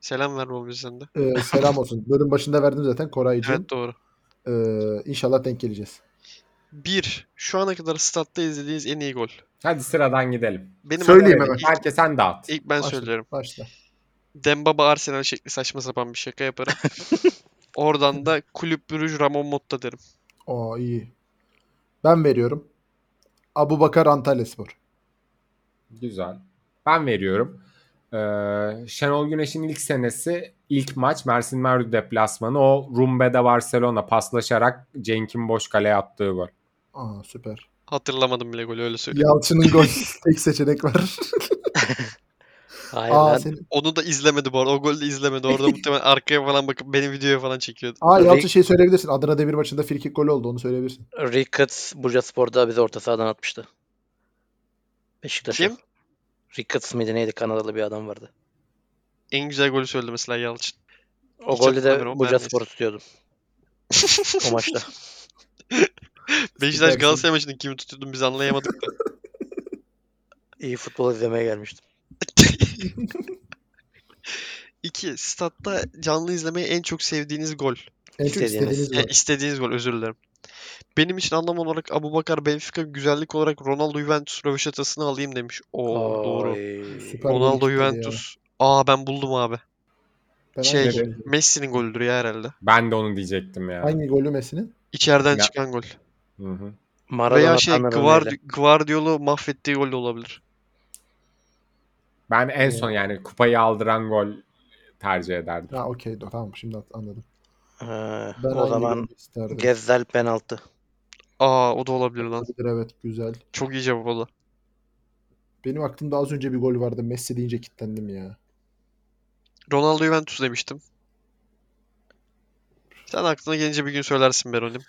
Selam ver Romvizli'den de.
Ee, selam olsun. Bölüm başında verdim zaten Koray'cığım.
Evet doğru.
inşallah denk geleceğiz.
1. Şu ana kadar statta izlediğiniz en iyi gol.
Hadi sıradan gidelim.
Benim
Söyleyeyim
haberim
hemen.
ilk,
Herkes sen dağıt.
ilk ben
Başla,
söylüyorum.
Başla.
Dembaba Arsenal şekli saçma sapan bir şaka yaparım. Oradan da Kulüp Brüj Ramon Motta derim.
Aa iyi. Ben veriyorum. Abu Bakar Antalya Spor.
Güzel. Ben veriyorum. Ee, Şenol Güneş'in ilk senesi ilk maç Mersin Merdu deplasmanı o Rumbe'de Barcelona paslaşarak Cenk'in boş kaleye attığı gol.
Aa süper.
Hatırlamadım bile golü öyle söyleyeyim.
Yalçın'ın gol tek seçenek var.
Hayır
Aa,
lan.
senin...
Onu da izlemedi bu arada. O golü de izlemedi. Orada muhtemelen arkaya falan bakıp benim videoya falan çekiyordu.
Aa Yalçın şey söyleyebilirsin. Adana Demir maçında frikik golü oldu onu söyleyebilirsin.
Ricketts Burca Spor'da bizi orta sahadan atmıştı. Beşiktaş'a.
Kim?
Ricketts miydi neydi? Kanadalı bir adam vardı.
En güzel golü söyledi mesela Yalçın.
O
Hiç
golde
hatırlamıyorum
de
ama
Burca
neredeyse.
Spor'u tutuyordum. o maçta.
Beşiktaş
Süpersin.
Galatasaray maçını kimi tutuyordun biz anlayamadık da.
İyi futbol izlemeye gelmiştim.
2. Statta canlı izlemeyi en çok sevdiğiniz gol.
En çok
İstediğiniz.
istediğiniz
Ya,
gol.
E, istediğiniz gol özür dilerim. Benim için anlam olarak Abubakar Benfica güzellik olarak Ronaldo Juventus röveşatasını alayım demiş. Oo doğru.
Ay.
Süper. golü
Ronaldo
kitledi ya.
Juventus. Aa ben buldum abi.
Ben
şey-
hangi, golü-
Messi'nin golüdür ya herhalde.
Ben de onu diyecektim ya.
hangi golü Messi'nin?
İçeriden
Ya.
çıkan gol.
Hı hı.
Maradona
Veya şey
Tanrı'nın
Guardi-
eli.
Guardiola'yı mahvettiği gol de olabilir.
Ben en son yani kupayı aldıran gol tercih ederdim.
Ha okey tamam şimdi anladım.
Ha,
Ben
o
hangi
zaman
golü isterdim?
Gezzel penaltı.
Aa o da olabilir lan.
Evet güzel.
Çok iyi cevap oldu.
Benim aklımda az önce bir gol vardı. Messi deyince kilitlendim ya.
Ronaldo Juventus demiştim. Sen aklına gelince bir gün söylersin Beronim.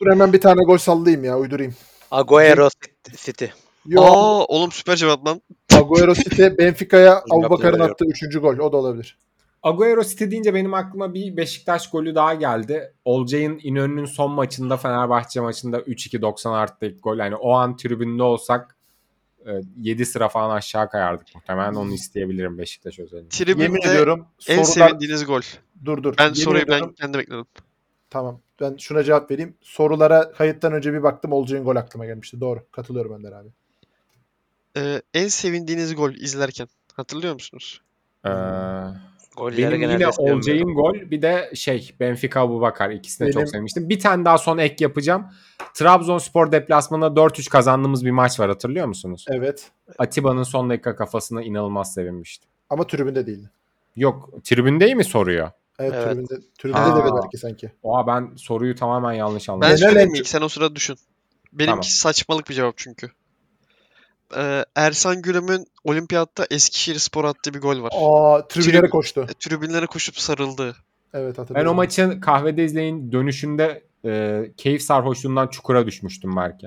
Dur hemen bir tane gol sallayayım ya uydurayım.
Agüero City.
Yo,
Aa oğlum süper cevap lan.
Agüero City Benfica'ya Abubakar'ın
Yapılıyor.
attığı 3. gol. O da olabilir.
Agüero City deyince benim aklıma bir Beşiktaş golü daha geldi. Olcay'ın İnönü'nün son maçında Fenerbahçe maçında 3-2 90 artı ilk gol. Yani o an tribünde olsak 7 sıra falan aşağı kayardık muhtemelen. Onu isteyebilirim Beşiktaş özelinde.
Tribünde
Yemin ediyorum
en
sorudan...
sevindiğiniz gol.
Dur dur.
Ben
Yemin
soruyu
ediyorum-
ben kendim ekledim.
Tamam. Ben şuna cevap vereyim. Sorulara kayıttan önce bir baktım. Olcay'ın gol aklıma gelmişti. Doğru. Katılıyorum Önder abi.
Ee, en sevindiğiniz gol izlerken hatırlıyor musunuz?
Ee,
Golleri
benim
genelde
yine
sevmiyorum.
Olcay'ın gol bir de şey Benfica Abubakar ikisine
Benim-
çok sevmiştim. Bir tane daha son ek yapacağım. Trabzonspor deplasmanına 4-3 kazandığımız bir maç var hatırlıyor musunuz?
Evet.
Atiba'nın son dakika kafasına inanılmaz sevinmiştim.
Ama tribünde değildi.
Yok tribünde mi soruyor?
Evet,
Evet.
tribünde. Tribünde
Aa.
de belki sanki.
Oha ben soruyu tamamen yanlış
Ben
anladım.
Genel
söyleyeyim
en-
mi? Sen o sırada düşün. Benimki
Tamam.
saçmalık bir cevap çünkü. Ee, Ersan Gülüm'ün olimpiyatta Eskişehir Spor attığı bir gol var.
Aa tribünlere
Tribün-
koştu.
E, Tribünlere koşup sarıldı.
Evet
Ben o
hatırlıyorum.
maçın kahvede izleyin dönüşünde e, keyif sarhoşluğundan çukura düşmüştüm belki.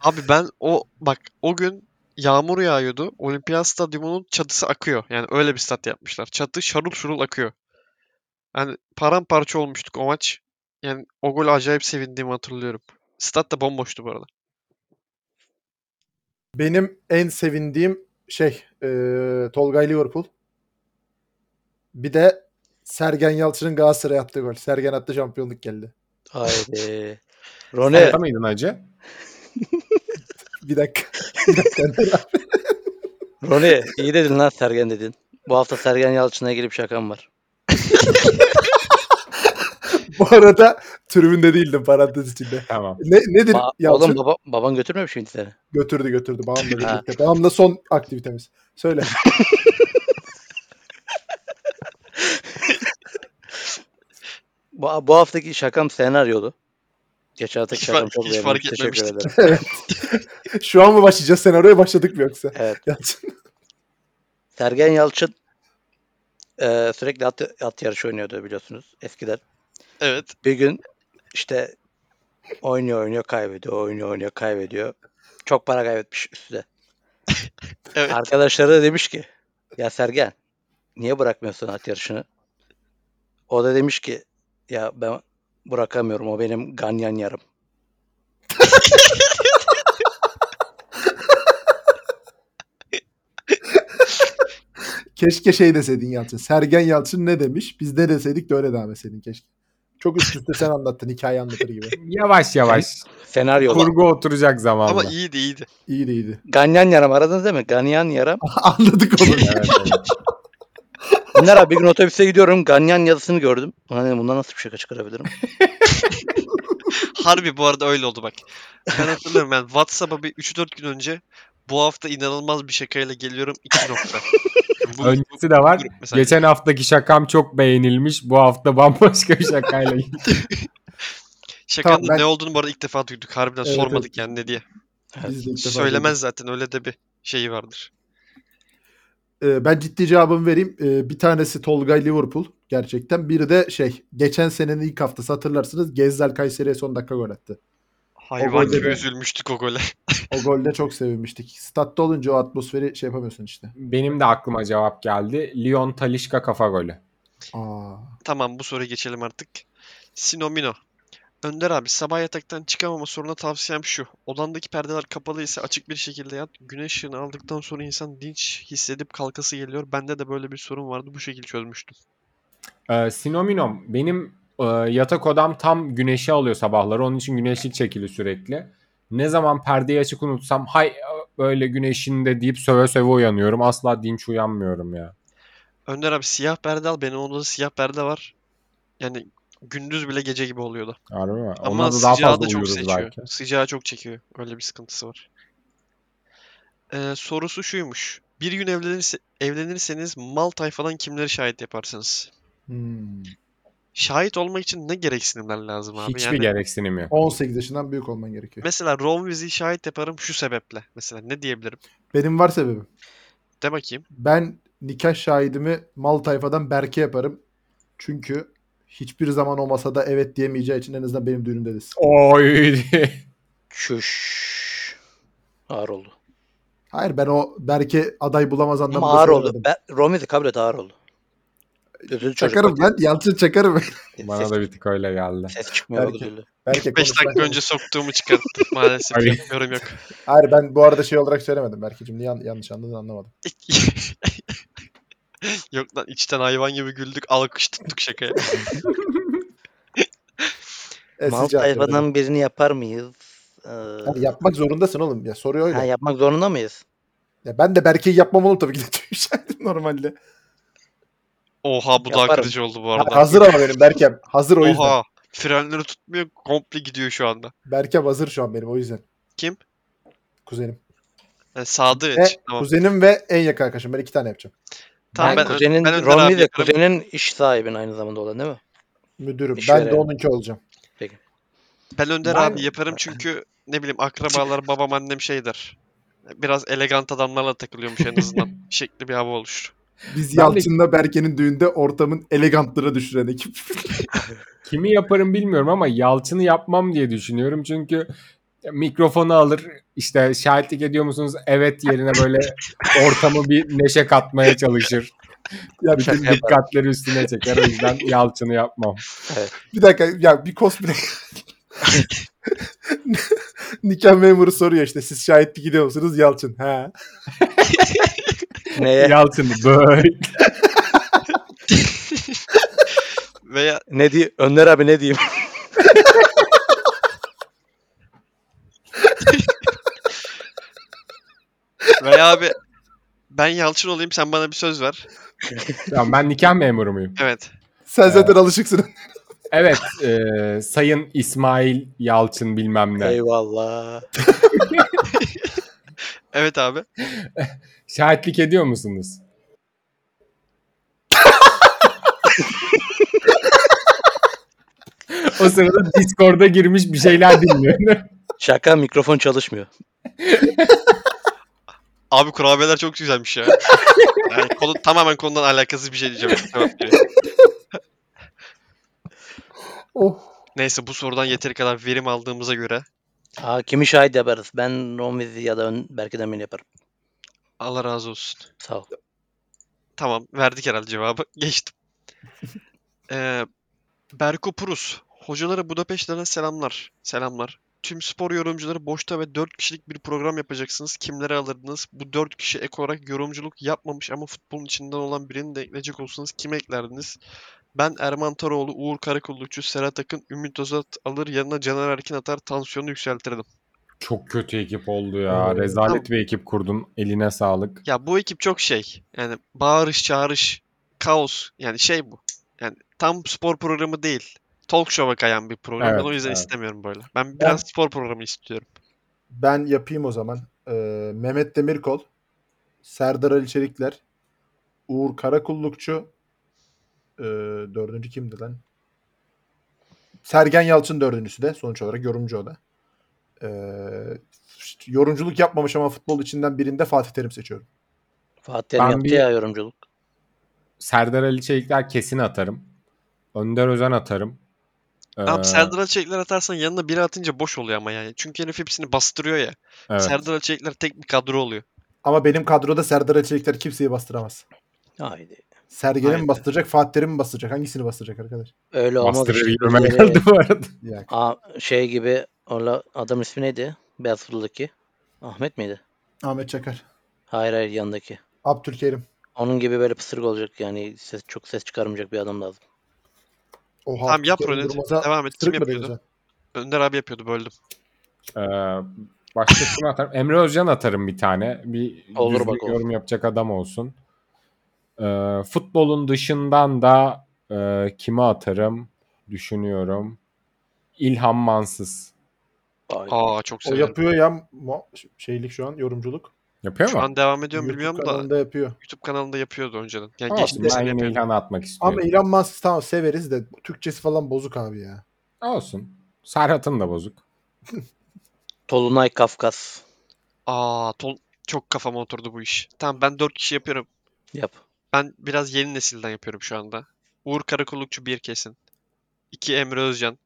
Abi ben o bak o gün yağmur yağıyordu. Olimpiyat stadyumunun çatısı akıyor. Yani öyle bir stat yapmışlar. Çatı şarul şurul akıyor. Yani paramparça olmuştuk o maç. Yani o gol acayip sevindiğimi hatırlıyorum. Stat da bomboştu bu arada.
Benim en sevindiğim şey e, Tolgay Liverpool. Bir de Sergen Yalçın'ın Galatasaray'a attığı gol. Sergen attı şampiyonluk geldi.
Haydi.
Ne?
Rone
mıydın acı?
Bir dakika. Bir dakika. Önder abi.
Roni iyi dedin lan Sergen dedin. Bu hafta Sergen Yalçın'a girip şakam var.
Bu arada tribünde değildim parantez içinde.
Tamam.
Ne, nedir
Ba-
Yalçın?
oğlum baba, baban götürmüyor mu şimdi seni?
Götürdü götürdü. Bağımla
Ha.
birlikte. Bağımla son aktivitemiz. Söyle.
Bu, bu haftaki şakam senaryolu. Geçen haftaki
Hiç
şakam
fark-
çok
hiç
beğendim.
fark
Teşekkür
etmemiştim.
ederim.
Şu an mı başlayacağız? Senaryoya başladık mı yoksa?
Evet.
Yalçın.
Sergen Yalçın eee, sürekli at, at yarışı oynuyordu biliyorsunuz eskiden.
Evet.
Bir gün işte oynuyor oynuyor kaybediyor, oynuyor oynuyor kaybediyor. Çok para kaybetmiş üstüne.
Evet.
Arkadaşları da demiş ki ya Sergen niye bırakmıyorsun at yarışını? O da demiş ki ya ben bırakamıyorum o benim ganyan yarım.
Keşke şey deseydin Yalçın. Sergen Yalçın ne demiş? Biz ne deseydik de öyle devam etseydin keşke. Çok üst üste sen anlattın. Hikaye anlatır gibi.
Yavaş yavaş.
Senaryo. var.
Kurgu oturacak zamanla.
Ama iyiydi iyiydi.
İyiydi iyiydi.
Ganyan yarım aradınız değil mi? Ganyan yarım.
Anladık onu.
Evet, evet.
Bunlar abi bir gün otobüse gidiyorum. Ganyan yazısını gördüm. Ulan dedim bundan nasıl bir şaka çıkarabilirim?
Harbi bu arada öyle oldu bak. Ben hatırlıyorum ben WhatsApp'a bir 3-4 gün önce bu hafta inanılmaz bir şakayla geliyorum 2 nokta. Bu-
Öncesi de var.
grup mesajı.
Geçen haftaki şakam çok beğenilmiş. Bu hafta bambaşka bir şakayla.
Şakanın
Tamam, ben-
ne olduğunu bu arada ilk defa duyduk. Harbiden
Evet,
sormadık
evet.
yani ne diye.
Biz de ilk defa
Söylemez zaten öyle de bir şeyi vardır.
Ee, ben ciddi cevabımı vereyim. Ee, bir tanesi Tolgay Liverpool gerçekten. Biri de şey geçen senenin ilk haftası hatırlarsınız Gezzel Kayseri'ye son dakika gol attı.
Hayvan
golde
gibi
de-
üzülmüştük o gole.
O golde çok sevinmiştik. Statta olunca o atmosferi şey yapamıyorsun işte.
Benim de aklıma cevap geldi. Lyon Talişka kafa golü.
Aa.
Tamam bu soruya geçelim artık. Sinomino. Önder abi sabah yataktan çıkamama soruna tavsiyem şu. Odandaki perdeler kapalı ise açık bir şekilde yat. Güneş ışığını aldıktan sonra insan dinç hissedip kalkası geliyor. Bende de böyle bir sorun vardı. Bu şekilde çözmüştüm.
Ee, Sinominom benim e, yatak odam tam güneşi alıyor sabahları. Onun için güneşlik çekili sürekli. Ne zaman perdeyi açık unutsam hay e, böyle güneşinde deyip söve söve uyanıyorum. Asla dinç uyanmıyorum ya.
Önder abi siyah perde al. Benim odada siyah perde var. Yani gündüz bile gece gibi oluyordu.
Harbi mi?
Ama
Ona da daha
sıcağı
fazla
da çok
uyuruz
seçiyor.
belki.
Sıcağı çok çekiyor. Öyle bir sıkıntısı var. Ee, sorusu şuymuş. Bir gün evlenirse, evlenirseniz mal tayfadan kimleri şahit yaparsınız?
Hmm.
Şahit olmak için ne gereksinimler lazım abi?
Hiçbir
Yani
gereksinim yok.
18 yaşından büyük olman gerekiyor.
mesela Romvizi'yi şahit yaparım şu sebeple. Mesela ne diyebilirim?
Benim var sebebim.
De bakayım.
Ben nikah şahidimi mal tayfadan Berke yaparım. Çünkü hiçbir zaman o masada evet diyemeyeceği için en azından benim düğünümde desin.
Oy.
Çüş. Ağır oldu.
Hayır ben o belki aday bulamaz anlamında
Ama ağır oldu.
söylemedim.
Ben, Romney de kabul et ağır oldu. Ödül çocuk.
Çakarım ben. Yalçın çakarım.
Bana
ses,
da bir tık öyle geldi.
ses çıkmıyor
Belki.
ödüllü.
5
belki
dakika
konuşmak-
önce soktuğumu çıkarttım maalesef.
Abi.
Yorum yok.
Hayır ben bu arada şey olarak söylemedim. Berke'cim niye yan- yanlış anladın anlamadım.
Yok lan içten hayvan gibi güldük, alkış tuttuk şakaya.
Evet,
Mal
E, siz cevap verin.
tayfadan birini yapar mıyız? Ee,
Yani yapmak zorundasın oğlum. Ya soruyor öyle.
ha, yapmak zorunda mıyız?
Ya ben de Berke'yi yapmam oğlum tabii ki de Tüyüşen normalde.
Oha bu daha
Yaparım.
kırıcı oldu bu arada.
hazır ama benim Berkem. Hazır o yüzden.
Oha frenleri tutmuyor, komple gidiyor şu anda.
Berkem hazır şu an benim o yüzden.
Kim?
Kuzenim.
Yani Sadıç.
Ve
E, Tamam.
kuzenim ve en yakın arkadaşım. Ben iki tane yapacağım.
Tamam,
ben,
ben-
kuzenin,
ben Önder
Romney
abiye
de
karım-
kuzenin iş sahibin aynı zamanda olan değil mi?
Müdürüm.
İşveren.
Ben de onunki olacağım.
Ben Önder
Ben-
abi yaparım çünkü ne bileyim akrabalar, babam, annem şey der. Biraz elegant adamlarla takılıyormuş en azından. Şekli bir hava oluşur.
Biz
Ben de-
Yalçın'la Berke'nin düğünde ortamın elegantları düşüren ekip.
Kimi yaparım bilmiyorum ama Yalçın'ı yapmam diye düşünüyorum. Çünkü mikrofonu alır işte şahitlik ediyor musunuz? Evet yerine böyle ortamı bir neşe katmaya çalışır.
ya bir,
Bütün
Şaka yapar.
dikkatleri üstüne çeker. O yüzden Yalçın'ı yapmam.
bir dakika ya bir cosplay. Nikah memuru soruyor işte siz şahitlik gidiyor musunuz Yalçın? He.
Neye?
Yalçın böyle.
Veya
Ne diye? Önder abi ne diyeyim?
veya abi ben Yalçın olayım sen bana bir söz ver.
Tamam, ben nikah memuru muyum?
Evet.
Sen zaten alışıksın.
Evet. e, Sayın İsmail Yalçın bilmem ne.
Eyvallah.
Evet abi.
Şahitlik ediyor musunuz? o sırada Discord'a girmiş bir şeyler dinliyor.
Şaka mikrofon çalışmıyor.
Abi kurabiyeler çok güzelmiş ya. Yani konu, tamamen konudan alakasız bir şey diyeceğim. Cevap veriyor.
Oh.
Neyse bu sorudan yeteri kadar verim aldığımıza göre
Aa, kimi şahit yaparız? Ben Romney ya da Ön- belki de ben yaparım.
Allah razı olsun.
Sağ ol.
Tamam verdik herhalde cevabı. Geçtim. Ee, Berko Purus. Hocalara Budapeşte'den selamlar. Selamlar. Tüm spor yorumcuları boşta ve 4 kişilik bir program yapacaksınız. Kimleri alırdınız? Bu 4 kişi ek olarak yorumculuk yapmamış ama futbolun içinden olan birini de ekleyecek olsanız kim eklerdiniz? Ben Erman Taroğlu, Uğur Karakullukçu, Serhat Akın, Ümit Özat alır yanına Caner Erkin atar tansiyonu yükseltirdim.
Çok kötü ekip oldu ya. Rezalet bir ekip kurdun. Eline sağlık.
Ya bu ekip çok şey. Yani bağırış çağırış, kaos. Yani şey bu. Yani tam spor programı değil. Talk show'a kayan bir program.
Evet,
ben o yüzden
evet.
istemiyorum böyle. Ben biraz spor programı istiyorum.
Ben yapayım o zaman. Ee, Mehmet Demirkol, Serdar Ali Çelikler, Uğur Karakullukçu, ee, dördüncü kimdi lan? Sergen Yalçın dördüncüsü de sonuç olarak yorumcu o da. Ee, yorumculuk yapmamış ama futbol içinden birinde Fatih Terim seçiyorum.
Fatih Terim
Ben
yaptı
bir-
ya yorumculuk.
Serdar Ali Çelikler kesin atarım. Önder Özen atarım. Ee,
Abi Serdar Alçelikler atarsan yanına biri atınca boş oluyor ama yani. Çünkü herif hepsini bastırıyor ya.
evet.
Serdar Alçelikler tek bir kadro oluyor.
Ama benim kadroda Serdar Ali Çelikler kimseyi bastıramaz.
Haydi.
Sergen'i
Aynen.
mi bastıracak, Fatih Terim mi bastıracak? Hangisini bastıracak arkadaş?
Öyle olmaz.
Bastırır
işte.
yürüme
Birileri-
geldi bu arada.
Ya,
Aa, şey gibi orada adam ismi neydi? Beyaz Futbol'daki. Ahmet miydi?
Ahmet Çakar,
Hayır hayır yanındaki.
Abdülkerim.
Onun gibi böyle pısırık olacak yani ses, çok ses çıkarmayacak bir adam lazım.
Oha,
Tamam yap
Abdülkerim
Rönet.
Durmaz'a
Devam et. Kim
sırık mı
yapıyordu?
deneyeceksin?
Önder abi yapıyordu. Böldüm.
Ee, başka kim atarım? Emre Özcan atarım bir tane. Bir
Olur
düzgün
bak o.
yorum yapacak adam olsun. Ee, futbolun dışından da e, kime atarım düşünüyorum. İlhan Mansız.
Haydi.
Aa çok
O
severim.
yapıyor ya mu- şeylik şu an yorumculuk.
Yapıyor
Şu
mu?
an devam ediyorum
YouTube
bilmiyorum da
kanalında yapıyor.
YouTube kanalında yapıyordu önceden. Yani
Olsun,
geçtiğimiz
ben
sene
yine
yapıyordu.
İlhan'ı atmak istiyorum.
Ama Elon Musk tamam severiz de Türkçesi falan bozuk abi ya.
Olsun. Serhat'ın da bozuk.
Tolunay Kafkas.
Aa tol- çok kafama oturdu bu iş. Tamam ben 4 kişi yapıyorum.
Yap.
Ben biraz yeni nesilden yapıyorum şu anda. Uğur Karakullukçu bir kesin. İki Emre Özcan.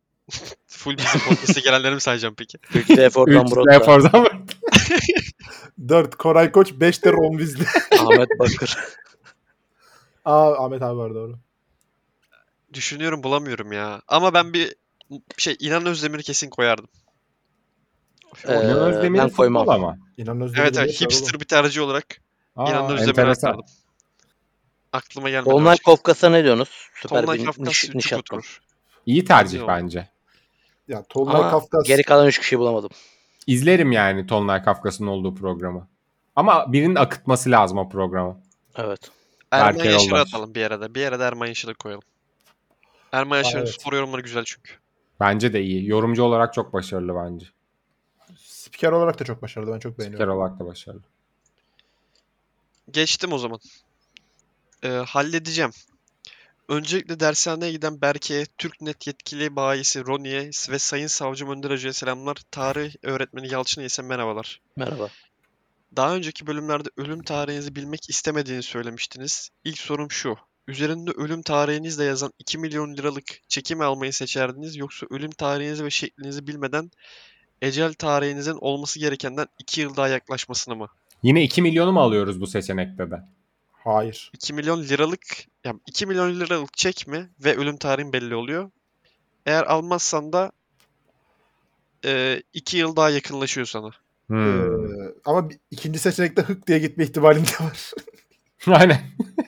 Full bizim podcast'e gelenleri mi sayacağım peki?
Üç D Fordan
3
Broad'da.
Lefor'dan
4 Koray Koç 5 de Ron Weasley.
Ahmet Bakır.
Aa Ahmet abi var doğru.
Düşünüyorum bulamıyorum ya. Ama ben bir şey İnan Özdemir'i kesin koyardım.
Ee,
Orhan Özdemir'in
ben koymam.
futbol ama.
İnan Özdemir.
Evet
de
evet
yeter oğlum.
hipster bir tercih olarak
Aa,
İnan Özdemir'i
enteresan.
atardım. Aklıma gelmedi.
Dolunay
başka.
Kafkas'a ne diyorsunuz? Süper
Tolunay
bir
Kafkas
niş,
üçlük
niş attım.
oturur.
İyi tercih
Yok.
bence.
Ya Tolunay
Ama
Kafkas.
geri kalan 3 kişiyi bulamadım.
İzlerim yani Tonlay Kafkas'ın olduğu programı. Ama birinin akıtması lazım o programı.
Evet.
Erman
Berker
Yaşar'ı
Yoldaş.
atalım bir arada. Bir arada Erman Yaşar'ı koyalım. Erman Yaşar'ın
evet.
spor yorumları güzel çünkü.
Bence de iyi. Yorumcu olarak çok başarılı bence.
Spiker olarak da çok başarılı. Ben çok beğeniyorum.
Spiker olarak da başarılı.
Geçtim o zaman. Ee, halledeceğim. Öncelikle dershaneye giden Berke'ye, Türknet yetkili bayisi Roni'ye ve Sayın Savcım Önder Hoca'ya selamlar. Tarih öğretmeni Yalçın'a ise merhabalar.
Merhaba.
Daha önceki bölümlerde ölüm tarihinizi bilmek istemediğini söylemiştiniz. İlk sorum şu. Üzerinde ölüm tarihinizle yazan 2 milyon liralık çekim almayı seçerdiniz yoksa ölüm tarihinizi ve şeklinizi bilmeden ecel tarihinizin olması gerekenden 2 yıl daha yaklaşmasını mı?
Yine 2 milyonu mu alıyoruz bu seçenekte de?
Hayır.
2 milyon liralık ya 2 milyon liralık çek mi ve ölüm tarihin belli oluyor. Eğer almazsan da 2 yıl daha yakınlaşıyor sana.
Hmm.
Ee, ama bir- ikinci seçenekte hık diye gitme ihtimalim de var.
Aynen.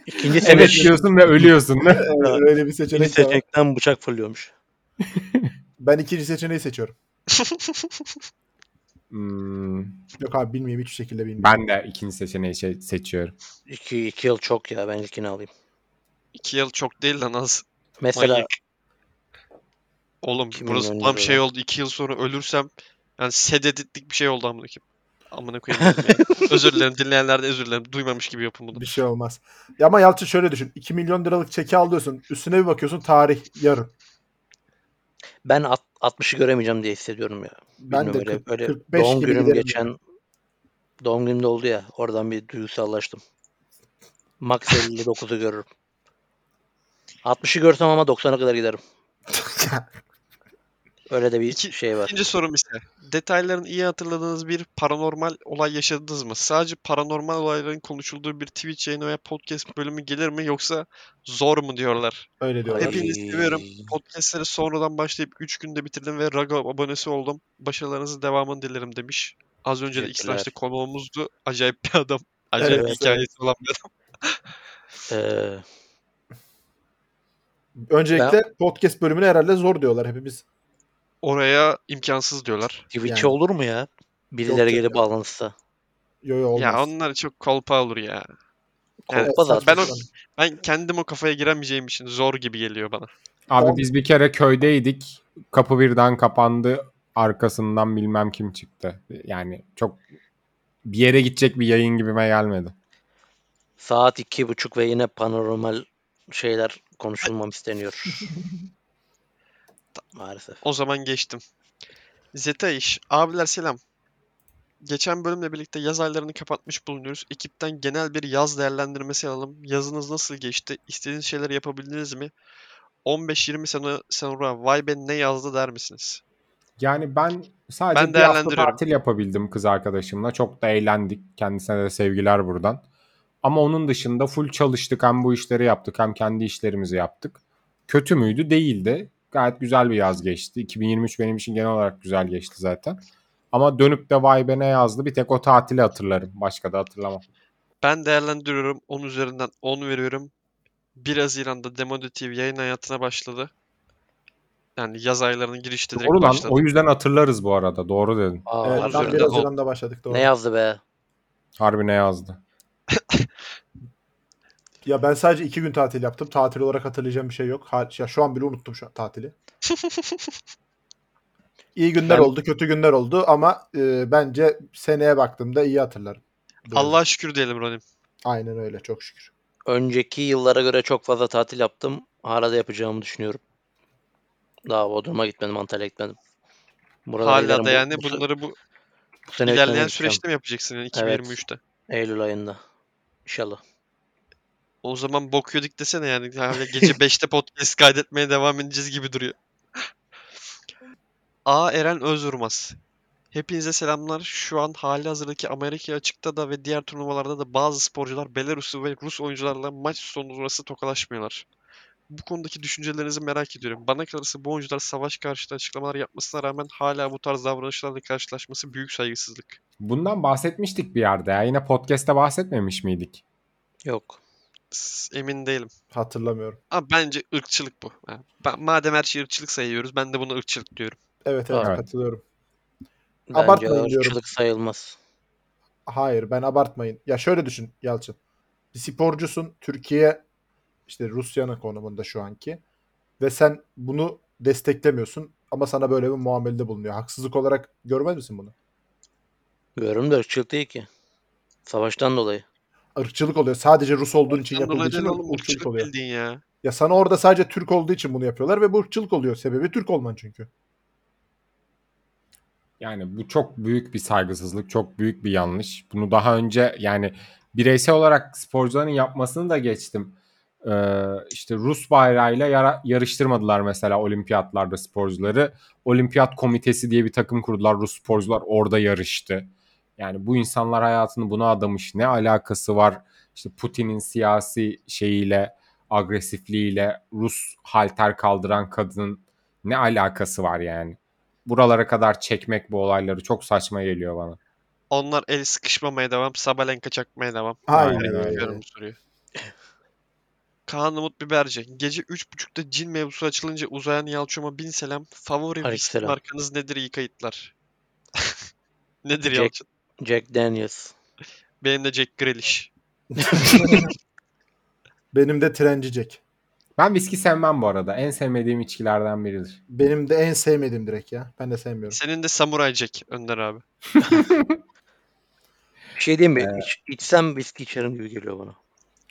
İkinci
Evet
seçenek-
diyorsun ve ölüyorsun.
Evet, Öyle bir
ikinci
seçenek de var.
seçenekten bıçak fırlıyormuş.
Ben ikinci seçeneği seçiyorum.
Hmm.
Yok abi bilmiyorum hiçbir şekilde bilmiyorum.
Ben de ikinci seçeneği şey- seçiyorum.
İki, iki yıl çok ya. Ben ilkini alayım.
2 yıl çok değil lan az.
Mesela
Manyak. Oğlum
İki
burası
milyon
tam
lira.
şey oldu. 2 yıl sonra ölürsem yani sededitlik bir şey oldu amına koyayım. Amına koyayım. dedim ya. özür dilerim dinleyenler de özür dilerim. Duymamış gibi yapın bunu.
Bir şey olmaz. Ya ama Yalçın şöyle düşün. 2 milyon liralık çeki alıyorsun. Üstüne bir bakıyorsun tarih yarın.
ben at- 60'ı göremeyeceğim diye hissediyorum ya.
Ben de
Bilmiyorum, öyle,
40,
öyle
45
doğum
gibi
günüm
giderim.
geçen doğum günümde oldu ya. Oradan bir duygusallaştım. Max 59'u görürüm. 60'ı görsem ama 90'a kadar giderim. Öyle de bir
İki-
şey var.
İkinci sorum ise detaylarını iyi hatırladığınız bir paranormal olay yaşadınız mı? Sadece paranormal olayların konuşulduğu bir Twitch yayını veya podcast bölümü gelir mi yoksa zor mu diyorlar.
Öyle diyorlar.
Hepiniz seviyorum.
Ay.
Podcastleri sonradan başlayıp 3 günde bitirdim ve Rago abonesi oldum. Başarılarınızın devamını dilerim demiş. Az önce de
Teşekkürler.
X-Lash'ta konuğumuzdu. Acayip bir adam. Acayip
Evet,
bir hikayesi olan bir adam.
Ee,
Öncelikle podcast bölümüne herhalde zor diyorlar hepimiz.
Oraya imkansız diyorlar.
Twitch
Yani.
olur mu ya? Birileri
yok
gelip bağlanırsa.
Yo yo olmaz.
Ya onlar çok kolpa olur ya. Yani
Kolpa zaten.
ben o- Ben kendim o kafaya giremeyeceğim için zor gibi geliyor bana.
Abi biz bir kere köydeydik. Kapı birden kapandı. Arkasından bilmem kim çıktı. Yani çok bir yere gidecek bir yayın gibime gelmedi.
Saat iki buçuk ve yine paranormal şeyler konuşulmam isteniyor. Maalesef.
O zaman geçtim. Zeta iş. Abiler selam. Geçen bölümle birlikte yaz aylarını kapatmış bulunuyoruz. Ekipten genel bir yaz değerlendirmesi alalım. Yazınız nasıl geçti? İstediğiniz şeyleri yapabildiniz mi? 15-20 sene sonra vay be ne yazdı der misiniz?
Yani ben sadece
Ben
bir hafta
değerlendiriyorum.
tatil yapabildim kız arkadaşımla. Çok da eğlendik. Kendisine de sevgiler buradan. Ama onun dışında full çalıştık. Hem bu işleri yaptık hem kendi işlerimizi yaptık. Kötü müydü? Değildi. Gayet güzel bir yaz geçti. 2023 benim için genel olarak güzel geçti zaten. Ama dönüp de vay be ne yazdı bir tek o tatili hatırlarım. Başka da hatırlamam.
Ben değerlendiriyorum. 10 üzerinden 10 veriyorum. 1 Haziran'da Demodo TV yayın hayatına başladı. Yani yaz aylarının girişte direkt
Doğru lan
başladı.
o yüzden hatırlarız bu arada. Doğru dedin.
Aa,
Evet,
Harbiden
tam bir
harbiden.
biraz- oldu.
Haziran'da başladık doğru.
ne yazdı be?
Harbi ne yazdı.
Ya ben sadece iki gün tatil yaptım. Tatil olarak hatırlayacağım bir şey yok. Ha- ya şu an bile unuttum şu tatili. İyi günler
Ben-
oldu, kötü günler oldu ama e, bence seneye baktığımda iyi hatırlarım. Doğru.
Allah'a şükür diyelim Ronim.
Aynen öyle çok şükür.
Önceki yıllara göre çok fazla tatil yaptım. Hala da yapacağımı düşünüyorum. Daha Bodrum'a gitmedim, Antalya'ya gitmedim. Buralara
Hala
giderim.
da
Bu-
yani
bu, se-
bunları bu
bu sene bitmeden
İlerleyen
gideceğim.
süreçte mi yapacaksın yani
Evet.
2023'te?
Eylül ayında. İnşallah.
O zaman bok yedik desene yani. Hala gece 5'te podcast kaydetmeye devam edeceğiz gibi duruyor. A. Eren Özurmaz. Hepinize selamlar. Şu an hali hazırdaki Amerika açıkta da ve diğer turnuvalarda da bazı sporcular Belaruslu ve Rus oyuncularla maç sonrası tokalaşmıyorlar. Bu konudaki düşüncelerinizi merak ediyorum. Bana kalırsa bu oyuncular savaş karşıtı açıklamalar yapmasına rağmen hala bu tarz davranışlarla karşılaşması büyük saygısızlık.
Bundan bahsetmiştik bir yerde ya. Yine podcast'te bahsetmemiş miydik?
Yok.
S- Emin değilim.
Hatırlamıyorum.
Ama bence ırkçılık bu. Ha, ben- madem her şeyi ırkçılık sayıyoruz ben de buna ırkçılık diyorum.
Evet evet,
Evet.
katılıyorum.
Bence
Abartmayın diyorum.
ırkçılık sayılmaz.
Hayır ben abartmayın. Ya şöyle düşün Yalçın. Bir sporcusun. Türkiye işte Rusya'nın konumunda şu anki. Ve sen bunu desteklemiyorsun. Ama sana böyle bir muamelede bulunuyor. Haksızlık olarak görmez misin bunu?
Görünüm de ırkçılık değil ki. Savaştan dolayı.
Irkçılık oluyor. Sadece Rus olduğun için
Ondan
yapıldığı
dolayı
için
değil oğlum,
ırkçılık
ırkçılık
oluyor.
bildiğin ya.
Ya sana orada sadece Türk olduğu için bunu yapıyorlar ve bu ırkçılık oluyor. Sebebi Türk olman çünkü.
Yani bu çok büyük bir saygısızlık, çok büyük bir yanlış. Bunu daha önce yani bireysel olarak sporcuların yapmasını da geçtim. Ee, işte Rus bayrağıyla yara- yarıştırmadılar mesela olimpiyatlarda sporcuları. Olimpiyat komitesi diye bir takım kurdular. Rus sporcular orada yarıştı. Yani bu insanlar hayatını buna adamış. Ne alakası var işte Putin'in siyasi şeyiyle, agresifliğiyle Rus halter kaldıran kadının ne alakası var yani? buralara kadar çekmek bu olayları çok saçma geliyor bana.
Onlar el sıkışmamaya devam, Sabalenka çakmaya devam.
Aynen
Direkt
öyle.
bakıyorum bu soruyu. Kaan Umut Biberci. Gece 3.30'da cin mevzusu açılınca uzayan Yalçın'a bin selam. Favori
Aleyküm
whisky
selam.
markanız nedir iyi kayıtlar? nedir
Jack-
Yalçın?
Jack Daniels.
Benim de Jack Grealish.
Benim de trencicek.
Ben viski sevmem bu arada. En sevmediğim içkilerden biridir.
Benim de en sevmediğim direkt ya. Ben de sevmiyorum.
Senin de Samurai Jack Önder abi.
Bir şey diyeyim mi?
Ee,
İç, içsem viski içerim gibi geliyor bana.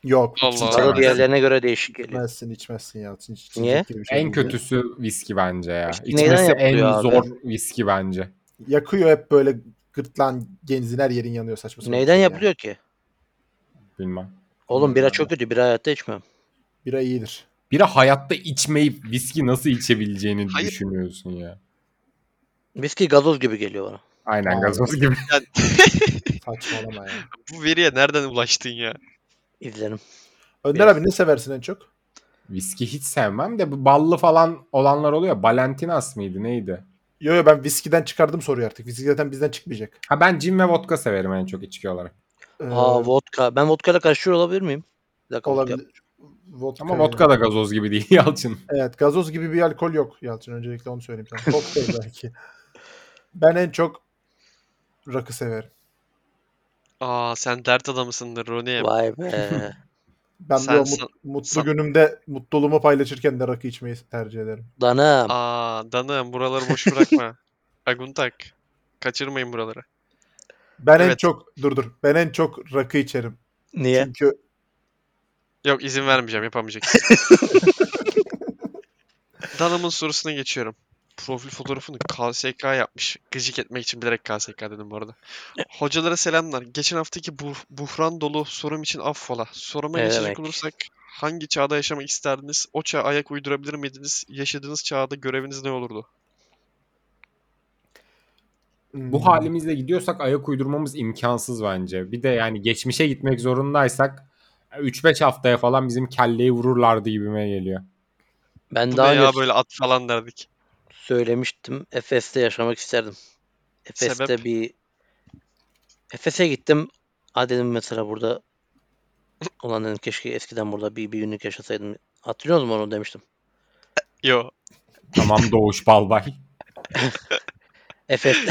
Yok. hiç
Allah.
Bana
içemezsin.
diğerlerine göre değişik geliyor.
İçmezsin içmezsin ya. Hiç içecek
Niye?
gibi bir şey
En
değil ya.
kötüsü viski bence ya.
Viski neyden
İçmesi en
yapılıyor abi?
zor viski bence.
Yakıyor hep böyle gırtlağın genzin her yerin yanıyor saçma sapan. bir
Neyden
şey ya.
yapılıyor ki?
Bilmem.
Oğlum bira çok kötü. Bira hayatta içmem.
Bira iyidir.
Biri hayatta içmeyip viski nasıl içebileceğini
Hayır.
düşünüyorsun ya.
Viski gazoz gibi geliyor bana.
Aynen
Aa.
gazoz gibi.
Yani
Saçmalama ya.
bu veriye nereden ulaştın ya?
İzlerim.
Önder abi ne seversin en çok?
Viski hiç sevmem de bu ballı falan olanlar oluyor. Balentinas mıydı neydi?
Yo yo ben viskiden çıkardım soruyu artık. Viski zaten bizden çıkmayacak.
Ha ben cin ve vodka severim en çok içki olarak.
Ee,
Aa vodka. Ben vodkayla karıştırıyor olabilir miyim? Bir dakika, vodka
olabilir. Vodka
Ama
yani.
vodka da gazoz gibi değil Yalçın.
Evet gazoz gibi bir alkol yok Yalçın. Öncelikle onu söyleyeyim sana. Kokteyl belki. Ben en çok rakı severim.
Aa sen dert adamısındır Roni.
Vay be.
Ben
Sen-
de o mut-
sen-
mutlu
sen-
günümde mutluluğumu paylaşırken de rakı içmeyi tercih ederim.
Danım.
Aa danım buraları boş bırakma. Aguntak. Kaçırmayın buraları.
Ben en
Evet.
çok dur dur. Ben en çok rakı içerim.
Niye?
Çünkü
Yok izin vermeyeceğim yapamayacaksın. Danımın sorusuna geçiyorum. Profil fotoğrafını KSK yapmış. Gıcık etmek için bilerek KSK dedim bu arada. Hocalara selamlar. Geçen haftaki bu buhran dolu sorum için affola. Soruma
Ne
geçecek
demek?
olursak hangi çağda yaşamak isterdiniz? O çağa ayak uydurabilir miydiniz? Yaşadığınız çağda göreviniz ne olurdu?
hmm,
Hmm.
Bu halimizle gidiyorsak ayak uydurmamız imkansız bence. Bir de yani geçmişe gitmek zorundaysak 3-5 haftaya falan bizim kelleyi vururlardı gibime geliyor.
Ben
Bu
daha
ne ya
önce
böyle at falan derdik.
söylemiştim. Efes'te yaşamak isterdim. Efes'te
Sebep?
bir Efes'e gittim. Ha dedim mesela burada olan dedim keşke eskiden burada bir, bir günlük yaşasaydım. Hatırlıyor musun onu demiştim.
Yo.
Tamam Doğuş Balbay.
Efes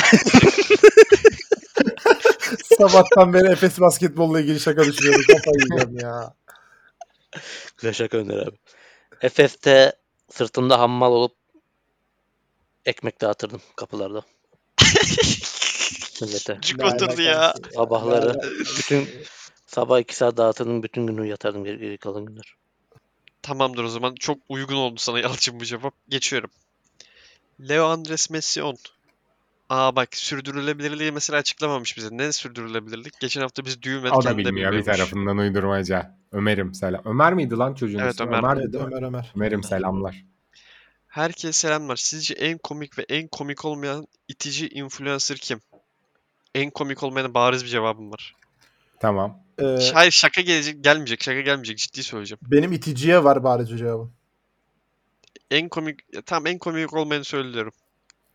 Sabahtan beri Efes basketbolla ilgili şaka düşünüyorum. Kafayı yiyeceğim ya.
Güzel şaka Önder abi. Efes'te sırtımda hammal olup ekmek dağıtırdım kapılarda. Millete.
Cuk
Ne
oturdu ya.
alakası
Sabahları
Ne alakası?
bütün sabah iki saat dağıtırdım bütün günü yatardım geri, geri kalan günler.
Tamamdır o zaman. Çok uygun oldu sana Yalçın bu cevap. Geçiyorum. Leo Andres Messi 10. Aa bak sürdürülebilirliği mesela açıklamamış bize. Ne sürdürülebilirlik? Geçen hafta biz düğüm ve
O da
kendi de
bilmiyor bir
bilmiyormuş.
tarafından uydurmaca. Ömer'im selam. Ömer miydi lan çocuğun
Evet,
ismi?
Ömer.
Ömer'di
Evet,
değil mi?
Ömer Ömer.
Ömer'im selamlar.
Herkese selamlar. Sizce en komik ve en komik olmayan itici influencer kim? En komik olmayan bariz bir cevabım var.
Tamam.
Ee,
Hayır şaka gelecek, gelmeyecek. Şaka gelmeyecek. Ciddi söyleyeceğim.
benim iticiye var bariz bir cevabım.
En komik tam en komik olmayanı söylüyorum.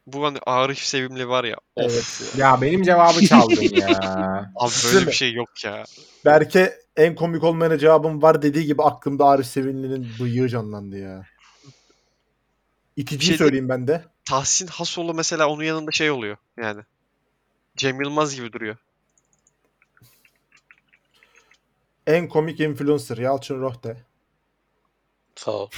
Bu hani Arif Sevimli var ya. Of
Evet.
Ya benim cevabı çaldın ya.
abi
Değil
böyle
mi?
bir şey yok ya.
Berke en komik olmayana cevabım var dediği gibi aklımda Arif Sevinli'nin bıyığı canlandı ya. İticiyi
Bir şey de-
söyleyeyim ben de.
Tahsin Hasoğlu mesela onun yanında şey oluyor yani. Cem Yılmaz gibi duruyor.
En komik influencer Yalçın Rohde.
Sağ ol.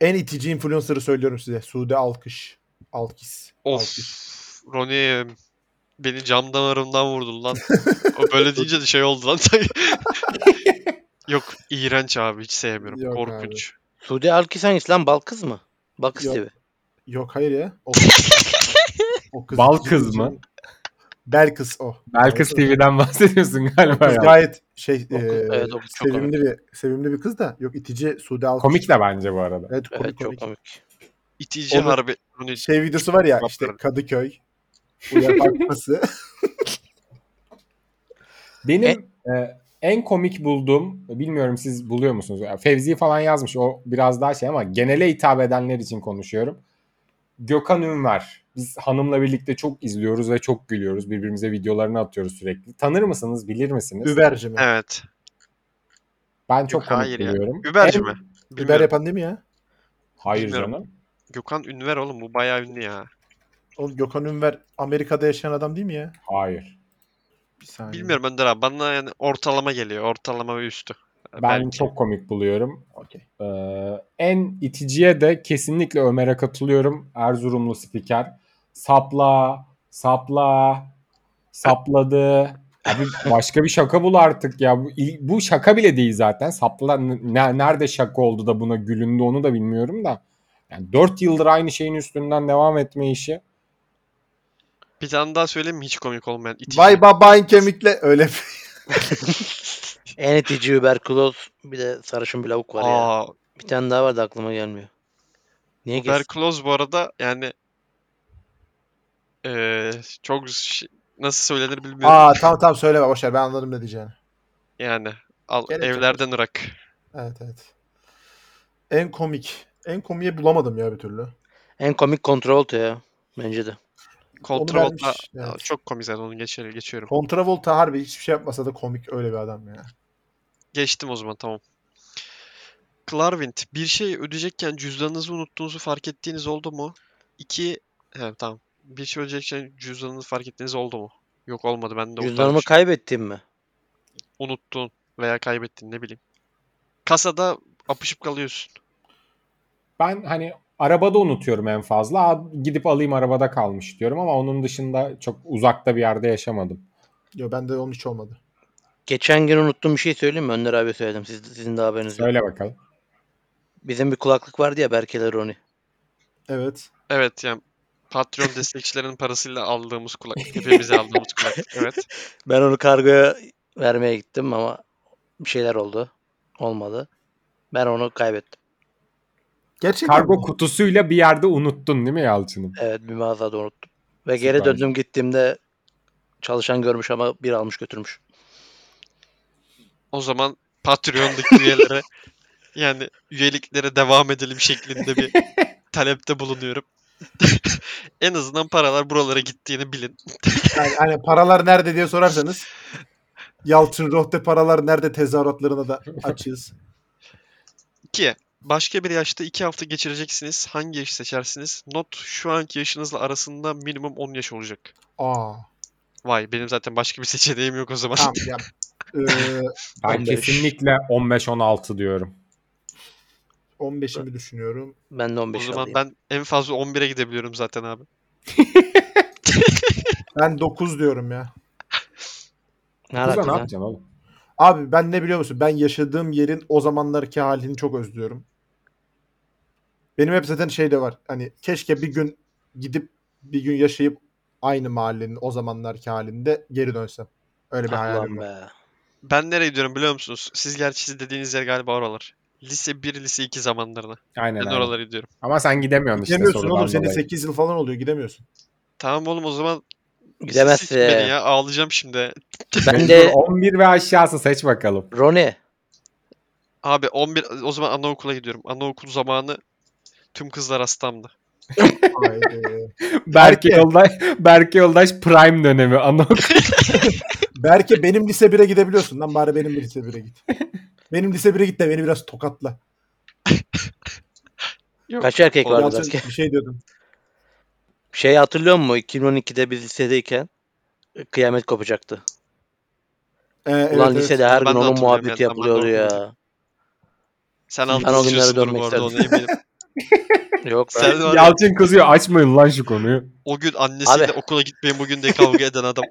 En itici influencer'ı söylüyorum size. Sude Alkış. Alkis.
Of.
Alkis.
Roni beni camdan arımdan vurdun lan. o böyle deyince de şey oldu lan. Yok iğrenç abi hiç sevmiyorum.
Yok abi.
Korkunç.
Suudi Alkis hangisi lan? Balkız mı? Balkız
Yok.
TV.
Yok hayır ya. O, o kız.
Bal kız mı?
Belkıs o.
Belkıs TV'den bahsediyorsun galiba
Kız
ya.
gayet şey
O kız-
e,
evet, o kız çok
sevimli bir sevimli bir kız da yok itici Sude Alkış.
Komik de bence bu arada.
Evet komik
Evet çok
komik.
komik.
İtici
Onu-
harbi. Roni
Şey videosu var ya işte Kadıköy. Uyar bakması.
Benim e, en komik bulduğum, bilmiyorum siz buluyor musunuz? Ya Fevzi falan yazmış o biraz daha şey ama genele hitap edenler için konuşuyorum. Gökhan Ünver. Biz hanımla birlikte çok izliyoruz ve çok gülüyoruz. Birbirimize videolarını atıyoruz sürekli. Tanır mısınız, bilir misiniz?
Überci mi?
Evet.
Ben çok
Hayır
komik
ya.
buluyorum.
Überci
En-
mi?
Biber
Bilmiyorum.
yapan değil mi ya?
Hayır
Bilmiyorum.
canım.
Gökhan Ünver oğlum bu bayağı ünlü ya.
O Gökhan Ünver Amerika'da yaşayan adam değil mi ya?
Hayır.
Bir saniye.
Bilmiyorum Önder abi bana yani ortalama geliyor. Ortalama ve üstü.
Ben
Belki.
çok komik buluyorum.
Okey.
Ee, en iticiye de kesinlikle Ömer'e katılıyorum. Erzurumlu spiker. Sapla, sapla, sapladı. Abi başka bir şaka bul artık ya. Bu, bu şaka bile değil zaten. Sapla ne- nerede şaka oldu da buna gülündü onu da bilmiyorum da. Yani 4 yıldır aynı şeyin üstünden devam etme işi.
Bir tane daha söyleyeyim mi hiç komik olmayan itici.
Vay babayın kemikle öyle bir-
En itici überküloz bir de sarışın bir lavuk var ya.
Aa,
Bir tane daha vardı aklıma gelmiyor. Niye geçti?
Tuberküloz bu arada yani eee, çok ş- nasıl söylenir bilmiyorum.
Aa tamam tamam söyleme boşver ben anladım ne diyeceğini.
Yani al,
Gerek yok.
evlerden ırak.
Evet evet. En komik. En komiği bulamadım ya bir türlü.
En komik Contralto ya. Bence de.
Kontrolda
vermiş, evet.
çok komik zaten onu geçer, geçiyorum.
Kontravolta harbi hiçbir şey yapmasa da komik öyle bir adam ya.
Geçtim o zaman tamam. Clarvint bir şey ödeyecekken cüzdanınızı unuttuğunuzu fark ettiğiniz oldu mu? İki he, tamam. Bir şey ödeyecekken cüzdanınızı fark ettiğiniz oldu mu? Yok olmadı ben de
Cüzdanımı
utanmışım.
kaybettim mi?
unuttun veya kaybettin ne bileyim. Kasada apışıp kalıyorsun.
Ben hani arabada unutuyorum en fazla. Aa, Gidip alayım arabada kalmış diyorum ama onun dışında çok uzakta bir yerde yaşamadım.
Yo bende onun hiç olmadı.
Geçen gün unuttuğum bir şey söyleyeyim mi? Önder abi söyledim. Siz, sizin de haberiniz yok.
Söyle bakalım.
Bizim bir kulaklık vardı ya Berkeler Roni.
Evet.
Evet yani Patreon destekçilerinin parasıyla aldığımız kulak. Hepimize aldığımız kulak. Evet.
Ben onu kargoya vermeye gittim ama bir şeyler oldu. Olmadı. Ben onu kaybettim.
Gerçekten
Kargo
mi?
kutusuyla bir yerde unuttun değil mi Yalçın'ım?
Evet bir mağazada unuttum. Ve geri
Süper.
döndüm gittiğimde çalışan görmüş ama bir almış götürmüş.
O zaman Patreon'daki üyelere yani üyeliklere devam edelim şeklinde bir talepte bulunuyorum. en azından paralar buralara gittiğini bilin.
Yani, hani paralar nerede diye sorarsanız Yalçın Rohde paralar nerede tezahüratlarına da açız.
İki. Başka bir yaşta iki hafta geçireceksiniz. Hangi yaşı seçersiniz? Not şu anki yaşınızla arasında minimum 10 yaş olacak.
Aa.
Vay benim zaten başka bir seçeneğim yok o zaman.
Tamam ya. Ee,
Ben
15.
kesinlikle 15-16 diyorum.
15'imi düşünüyorum.
Ben de
O
15
zaman
alayım.
ben en fazla 11'e gidebiliyorum zaten abi.
Ben 9 diyorum ya.
Kuzen
Ne alaka
ne
lan?
yapacaksın oğlum?
Abi ben ne biliyor musun? Ben yaşadığım yerin o zamanlarki halini çok özlüyorum. Benim hep zaten şey de var. Hani keşke bir gün gidip bir gün yaşayıp aynı mahallenin o zamanlarki halinde geri dönsem. Öyle bir
Ah
hayalim
ulan
var.
be.
Ben nereye gidiyorum biliyor musunuz? Siz gerçi siz dediğiniz yer galiba oralar. Lise 1, lise 2 zamanlarına.
Aynen
Ben
aynen.
oralara gidiyorum.
Ama sen gidemiyorsun işte
Gidemiyorsun
sorudan
oğlum. Senin
dolayı.
8 yıl falan oluyor. Gidemiyorsun.
Tamam oğlum o zaman seç
Gidemezsin.
beni ya. Ağlayacağım şimdi.
Ben
Mecbur
de
11 ve aşağısı seç bakalım.
Roni.
Abi 11 o zaman anaokula gidiyorum. Anaokul zamanı tüm kızlar hastamdı.
Haydi.
Berke Yoldaş, Berke Yoldaş prime dönemi. Anok.
Berke benim lise 1'e gidebiliyorsun lan. Bari benim lise 1'e git. Benim lise 1'e git de beni biraz tokatla.
Kaç erkek
Olmaz.
vardı
Yalçın
belki?
bir şey diyordun.
Şey hatırlıyor musun? 2012'de biz lisedeyken e, kıyamet kopacaktı.
Ee, evet,
Ulan
evet.
lisede her
Ben
gün
de
onun
hatırlıyorum
muhabbeti
yani,
yapılıyordu
zamanında
ya.
Sen
Ben o
altını
günlere
çiziyorsundur
dönmek
bu arada onu
isterdim.
eminim.
Yok ben.
Sen var ya,
Yalçın kızıyor açmayın lan şu konuyu.
o gün annesiyle
Abi.
okula gitmeyin bugün diye kavga eden adam.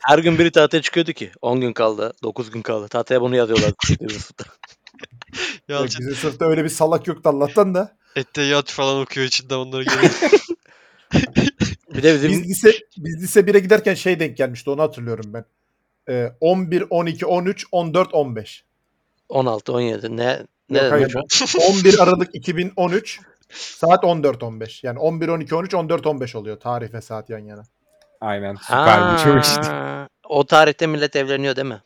Her gün biri tatile çıkıyordu ki. 10 gün kaldı, 9 gün kaldı. Tatile bunu yazıyorlar.
Yok,
Yalçın
Bizim sınıfta öyle bir salak yoktu Allah'tan da.
etteyat falan okuyor içinden onları görüyor.
bir de bizim
Biz lise biz lise 1'e giderken şey denk gelmişti onu hatırlıyorum ben. Ee, 11, 12, 13, 14, 15.
16, 17 ne ne
Yok,
dedim?
hayır. 11 Aralık 2013 saat 14, 15. Yani 11, 12, 13, 14, 15 oluyor tarih ve saat yan yana.
Aynen süper bir şey işte.
Ha, O tarihte millet evleniyor değil mi?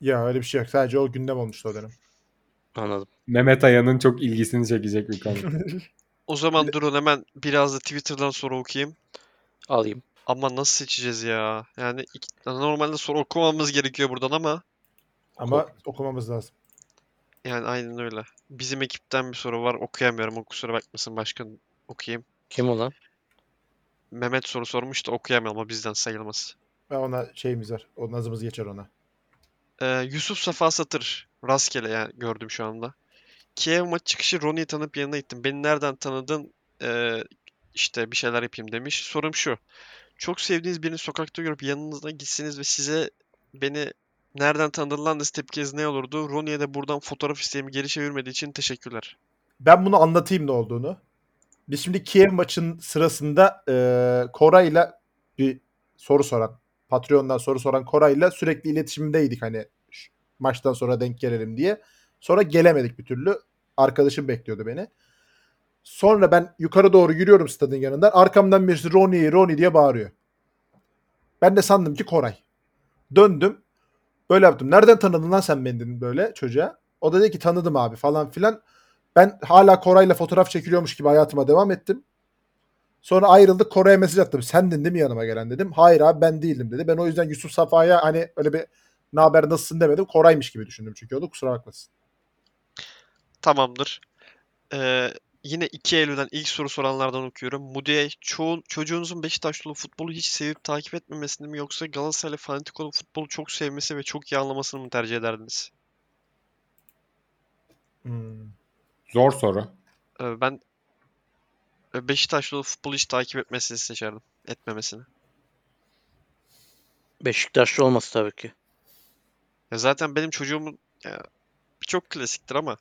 Ya öyle bir şey yok. Sadece o gündem olmuştu o dönem.
Anladım.
Mehmet Aya'nın çok ilgisini çekecek bir konu.
O zaman durun hemen biraz da Twitter'dan soru okuyayım.
Alayım.
Ama nasıl seçeceğiz ya? Yani ik- normalde soru okumamız gerekiyor buradan ama
Ama okumamız lazım.
yani aynen öyle. Bizim ekipten bir soru var okuyamıyorum. O kusura bakmasın başka okuyayım.
Kim ulan?
Mehmet soru sormuş da okuyamıyorum ama bizden sayılmaz.
Ben ona şeyimiz var. O nazımız geçer ona.
Ee, Yusuf Safa Satır. Rastgele yani gördüm şu anda. Kiev maç çıkışı Ronnie'yi tanıp yanına gittim. Beni nereden tanıdın? Ee, işte bir şeyler yapayım demiş. Sorum şu. Çok sevdiğiniz birini sokakta görüp yanınıza gitseniz ve size beni nereden tanıdın lan dese tepkiniz ne olurdu? Ronnie'ye de buradan fotoğraf isteğimi geri çevirmediği için teşekkürler.
Ben bunu anlatayım ne olduğunu. Biz şimdi Kiev maçın sırasında eee Koray'la bir soru soran, Patreon'dan soru soran Koray'la sürekli iletişimdeydik hani ş- maçtan sonra denk gelelim diye. Sonra gelemedik bir türlü. Arkadaşım bekliyordu beni. Sonra ben yukarı doğru yürüyorum stadın yanından. Arkamdan birisi Ronnie, Ronnie diye bağırıyor. Ben de sandım ki Koray. Döndüm. Böyle yaptım. Nereden tanıdın lan sen beni dedim böyle çocuğa. O da dedi ki tanıdım abi falan filan. Ben hala Koray'la fotoğraf çekiliyormuş gibi hayatıma devam ettim. Sonra ayrıldık Koray'a mesaj attım. Sendin değil mi yanıma gelen dedim. Hayır abi ben değildim dedi. Ben o yüzden Yusuf Safa'ya hani öyle bir ne haber nasılsın demedim. Koray'mış gibi düşündüm çünkü o da kusura bakmasın.
Tamamdır. Ee, yine 2 Eylül'den ilk soru soranlardan okuyorum. Mudiye, çoğun, çocuğunuzun Beşiktaşlı futbolu hiç sevip takip etmemesini mi yoksa Galatasaraylı fanatik olup futbolu çok sevmesi ve çok iyi anlamasını mı tercih ederdiniz?
Hmm.
Zor soru.
Ee, ben e, Beşiktaşlı olup futbolu hiç takip etmesini seçerdim. Etmemesini.
Beşiktaşlı olması tabii ki.
Ya zaten benim çocuğumun ya, çok klasiktir ama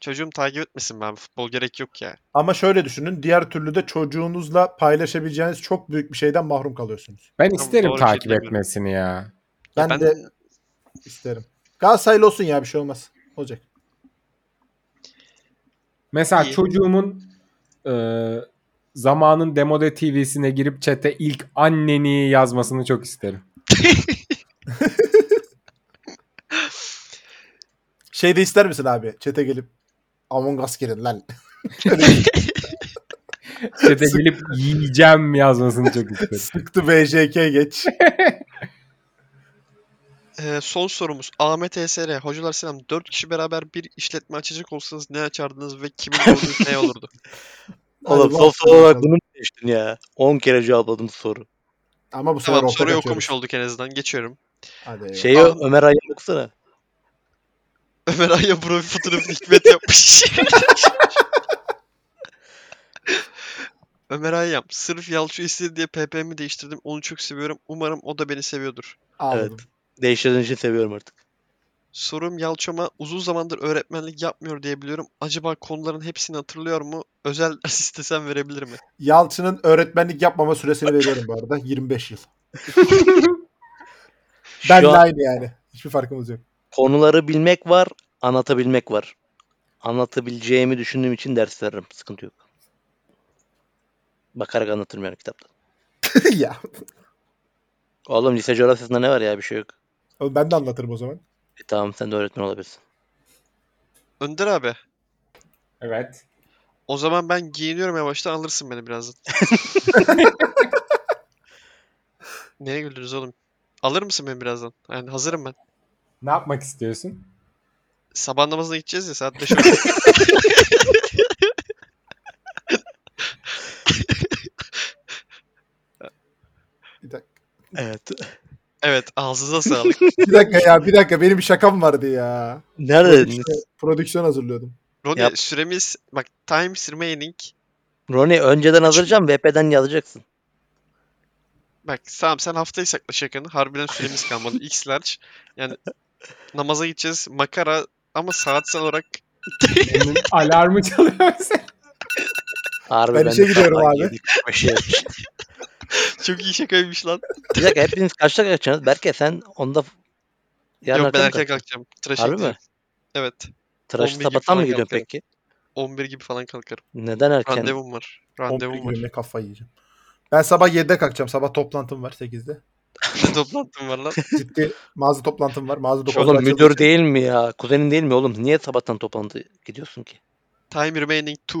çocuğum takip etmesin ben futbol gerek yok ya.
Ama şöyle düşünün. Diğer türlü de çocuğunuzla paylaşabileceğiniz çok büyük bir şeyden mahrum kalıyorsunuz.
Ben isterim
doğru
takip
şey demiyorum.
etmesini ya.
Ben,
Ya ben
de isterim. Galatasaraylı olsun ya bir şey olmaz. Olacak.
Mesela
İyi.
çocuğumun e, zamanın Demode TV'sine girip chat'e ilk anneni yazmasını çok isterim.
Şey de ister misin abi? Çete gelip Among Us girin lan.
Chat'e gelip yiyeceğim yazmasını çok isterim.
Sıktı BJK geç.
Ee, son sorumuz. Ahmet ESR. Hocalar selam. 4 kişi beraber bir işletme açacak olsanız ne açardınız ve kimin olduğu ne olurdu?
Oğlum
Hadi
son
bakalım.
soru olarak bunu mu seçtin ya? 10 kere cevapladım soru.
Ama bu sefer
Tamam
ortak
soruyu
açıyoruz.
okumuş Şey, olduk en azından. Geçiyorum.
Hadi eyvallah.
Şeyi
Tamam.
Ömer Ay'a baksana.
Ömer Ay'a profil fotoğrafını hikmet yapmış. Ömer Ayyam. Sırf Yalçı istedi diye PP'mi değiştirdim. Onu çok seviyorum. Umarım o da beni seviyordur.
Aldım.
Değiştirdiğin için seviyorum artık.
Sorum Yalçın'a uzun zamandır öğretmenlik yapmıyor diye biliyorum. Acaba konuların hepsini hatırlıyor mu? Özel ders istesem verebilir mi?
Yalçın'ın öğretmenlik yapmama süresini veriyorum bu arada. 25 yıl.
Şu
Ben
an
aynı yani. Hiçbir farkımız yok.
konuları bilmek var, anlatabilmek var. anlatabileceğimi düşündüğüm için ders veririm. Sıkıntı yok. Bakarak anlatırım yani kitapta.
ya.
Oğlum lise coğrafyasında ne var ya bir şey yok.
Oğlum ben de anlatırım o zaman.
E, tamam sen de öğretmen olabilirsin.
Önder abi.
Evet.
O zaman ben giyiniyorum yavaştan alırsın beni birazdan. Neye güldünüz oğlum? Alır mısın beni birazdan? Yani hazırım ben.
Ne yapmak istiyorsun?
Sabah namazına gideceğiz ya saat 5 oldu.
Bir dakika.
Evet.
Evet ağzınıza sağlık.
Bir dakika ya bir dakika benim bir şakam vardı ya.
Nerede?
Prodüksiyon hazırlıyordum.
Roni
Yap.
süremiz bak times remaining.
Roni önceden hazırlayacağım. VP'den yazacaksın.
Bak tamam sen haftayı sakla şakanı. Harbiden süremiz kalmadı. X large. Yani namaza gideceğiz. Makara ama saatsel olarak
Benim alarmı çalıyor.
Harbi
Ben
de
işe gidiyorum
sabah
abi.
yedi, beş yarış.
çok iyi şakaymış lan.
bir dakika hepiniz kaçta kaçacaksınız? Berke sen onda yarın
Yok ben
erken
erken
kalk.
kalkacağım. Tıraş
Harbi
ekleyeceğim.
mi?
Evet. 11
Tıraşı
gibi
sabahtan
falan
mı gidiyorsun
kalkarım.
peki?
11 gibi falan kalkarım.
Neden erken?
Randevum var.
11
Randevum var.
gibi ne kafayı yiyeceğim. Ben sabah 7'de kalkacağım. Sabah toplantım var 8'de.
Ne toplantım var lan?
Ciddi mağaza toplantım var. Mağaza dokuzda
Oğlum
açılıyor.
müdür değil mi ya? Kuzenin değil mi oğlum? Niye sabahtan toplantı gidiyorsun ki?
Time remaining 2.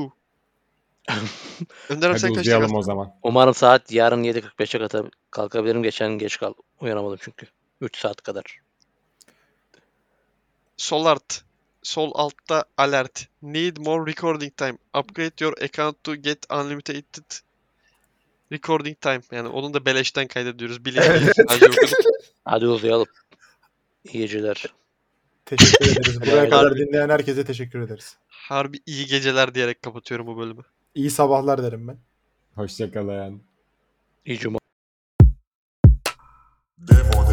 Önder abi
Hadi
sen kaçta
uzayalım
kalktın?
o zaman.
Umarım saat yarın 7.45'e kadar kalkabilirim. Geçen geç kaldım. Uyanamadım çünkü. 3 saat kadar.
Sol alt. Sol altta alert. Need more recording time. Upgrade your account to get unlimited recording time. Yani onu da beleşten kaydediyoruz. Bilin. bilin. Sadece okudum.
Hadi uzayalım. İyi geceler.
Teşekkür ederiz. Buraya
Helal
kadar
olsun.
dinleyen herkese teşekkür ederiz.
Harbi iyi geceler diyerek kapatıyorum bu bölümü.
İyi sabahlar derim ben.
Hoşçakalın.
İyi cuma.
Devo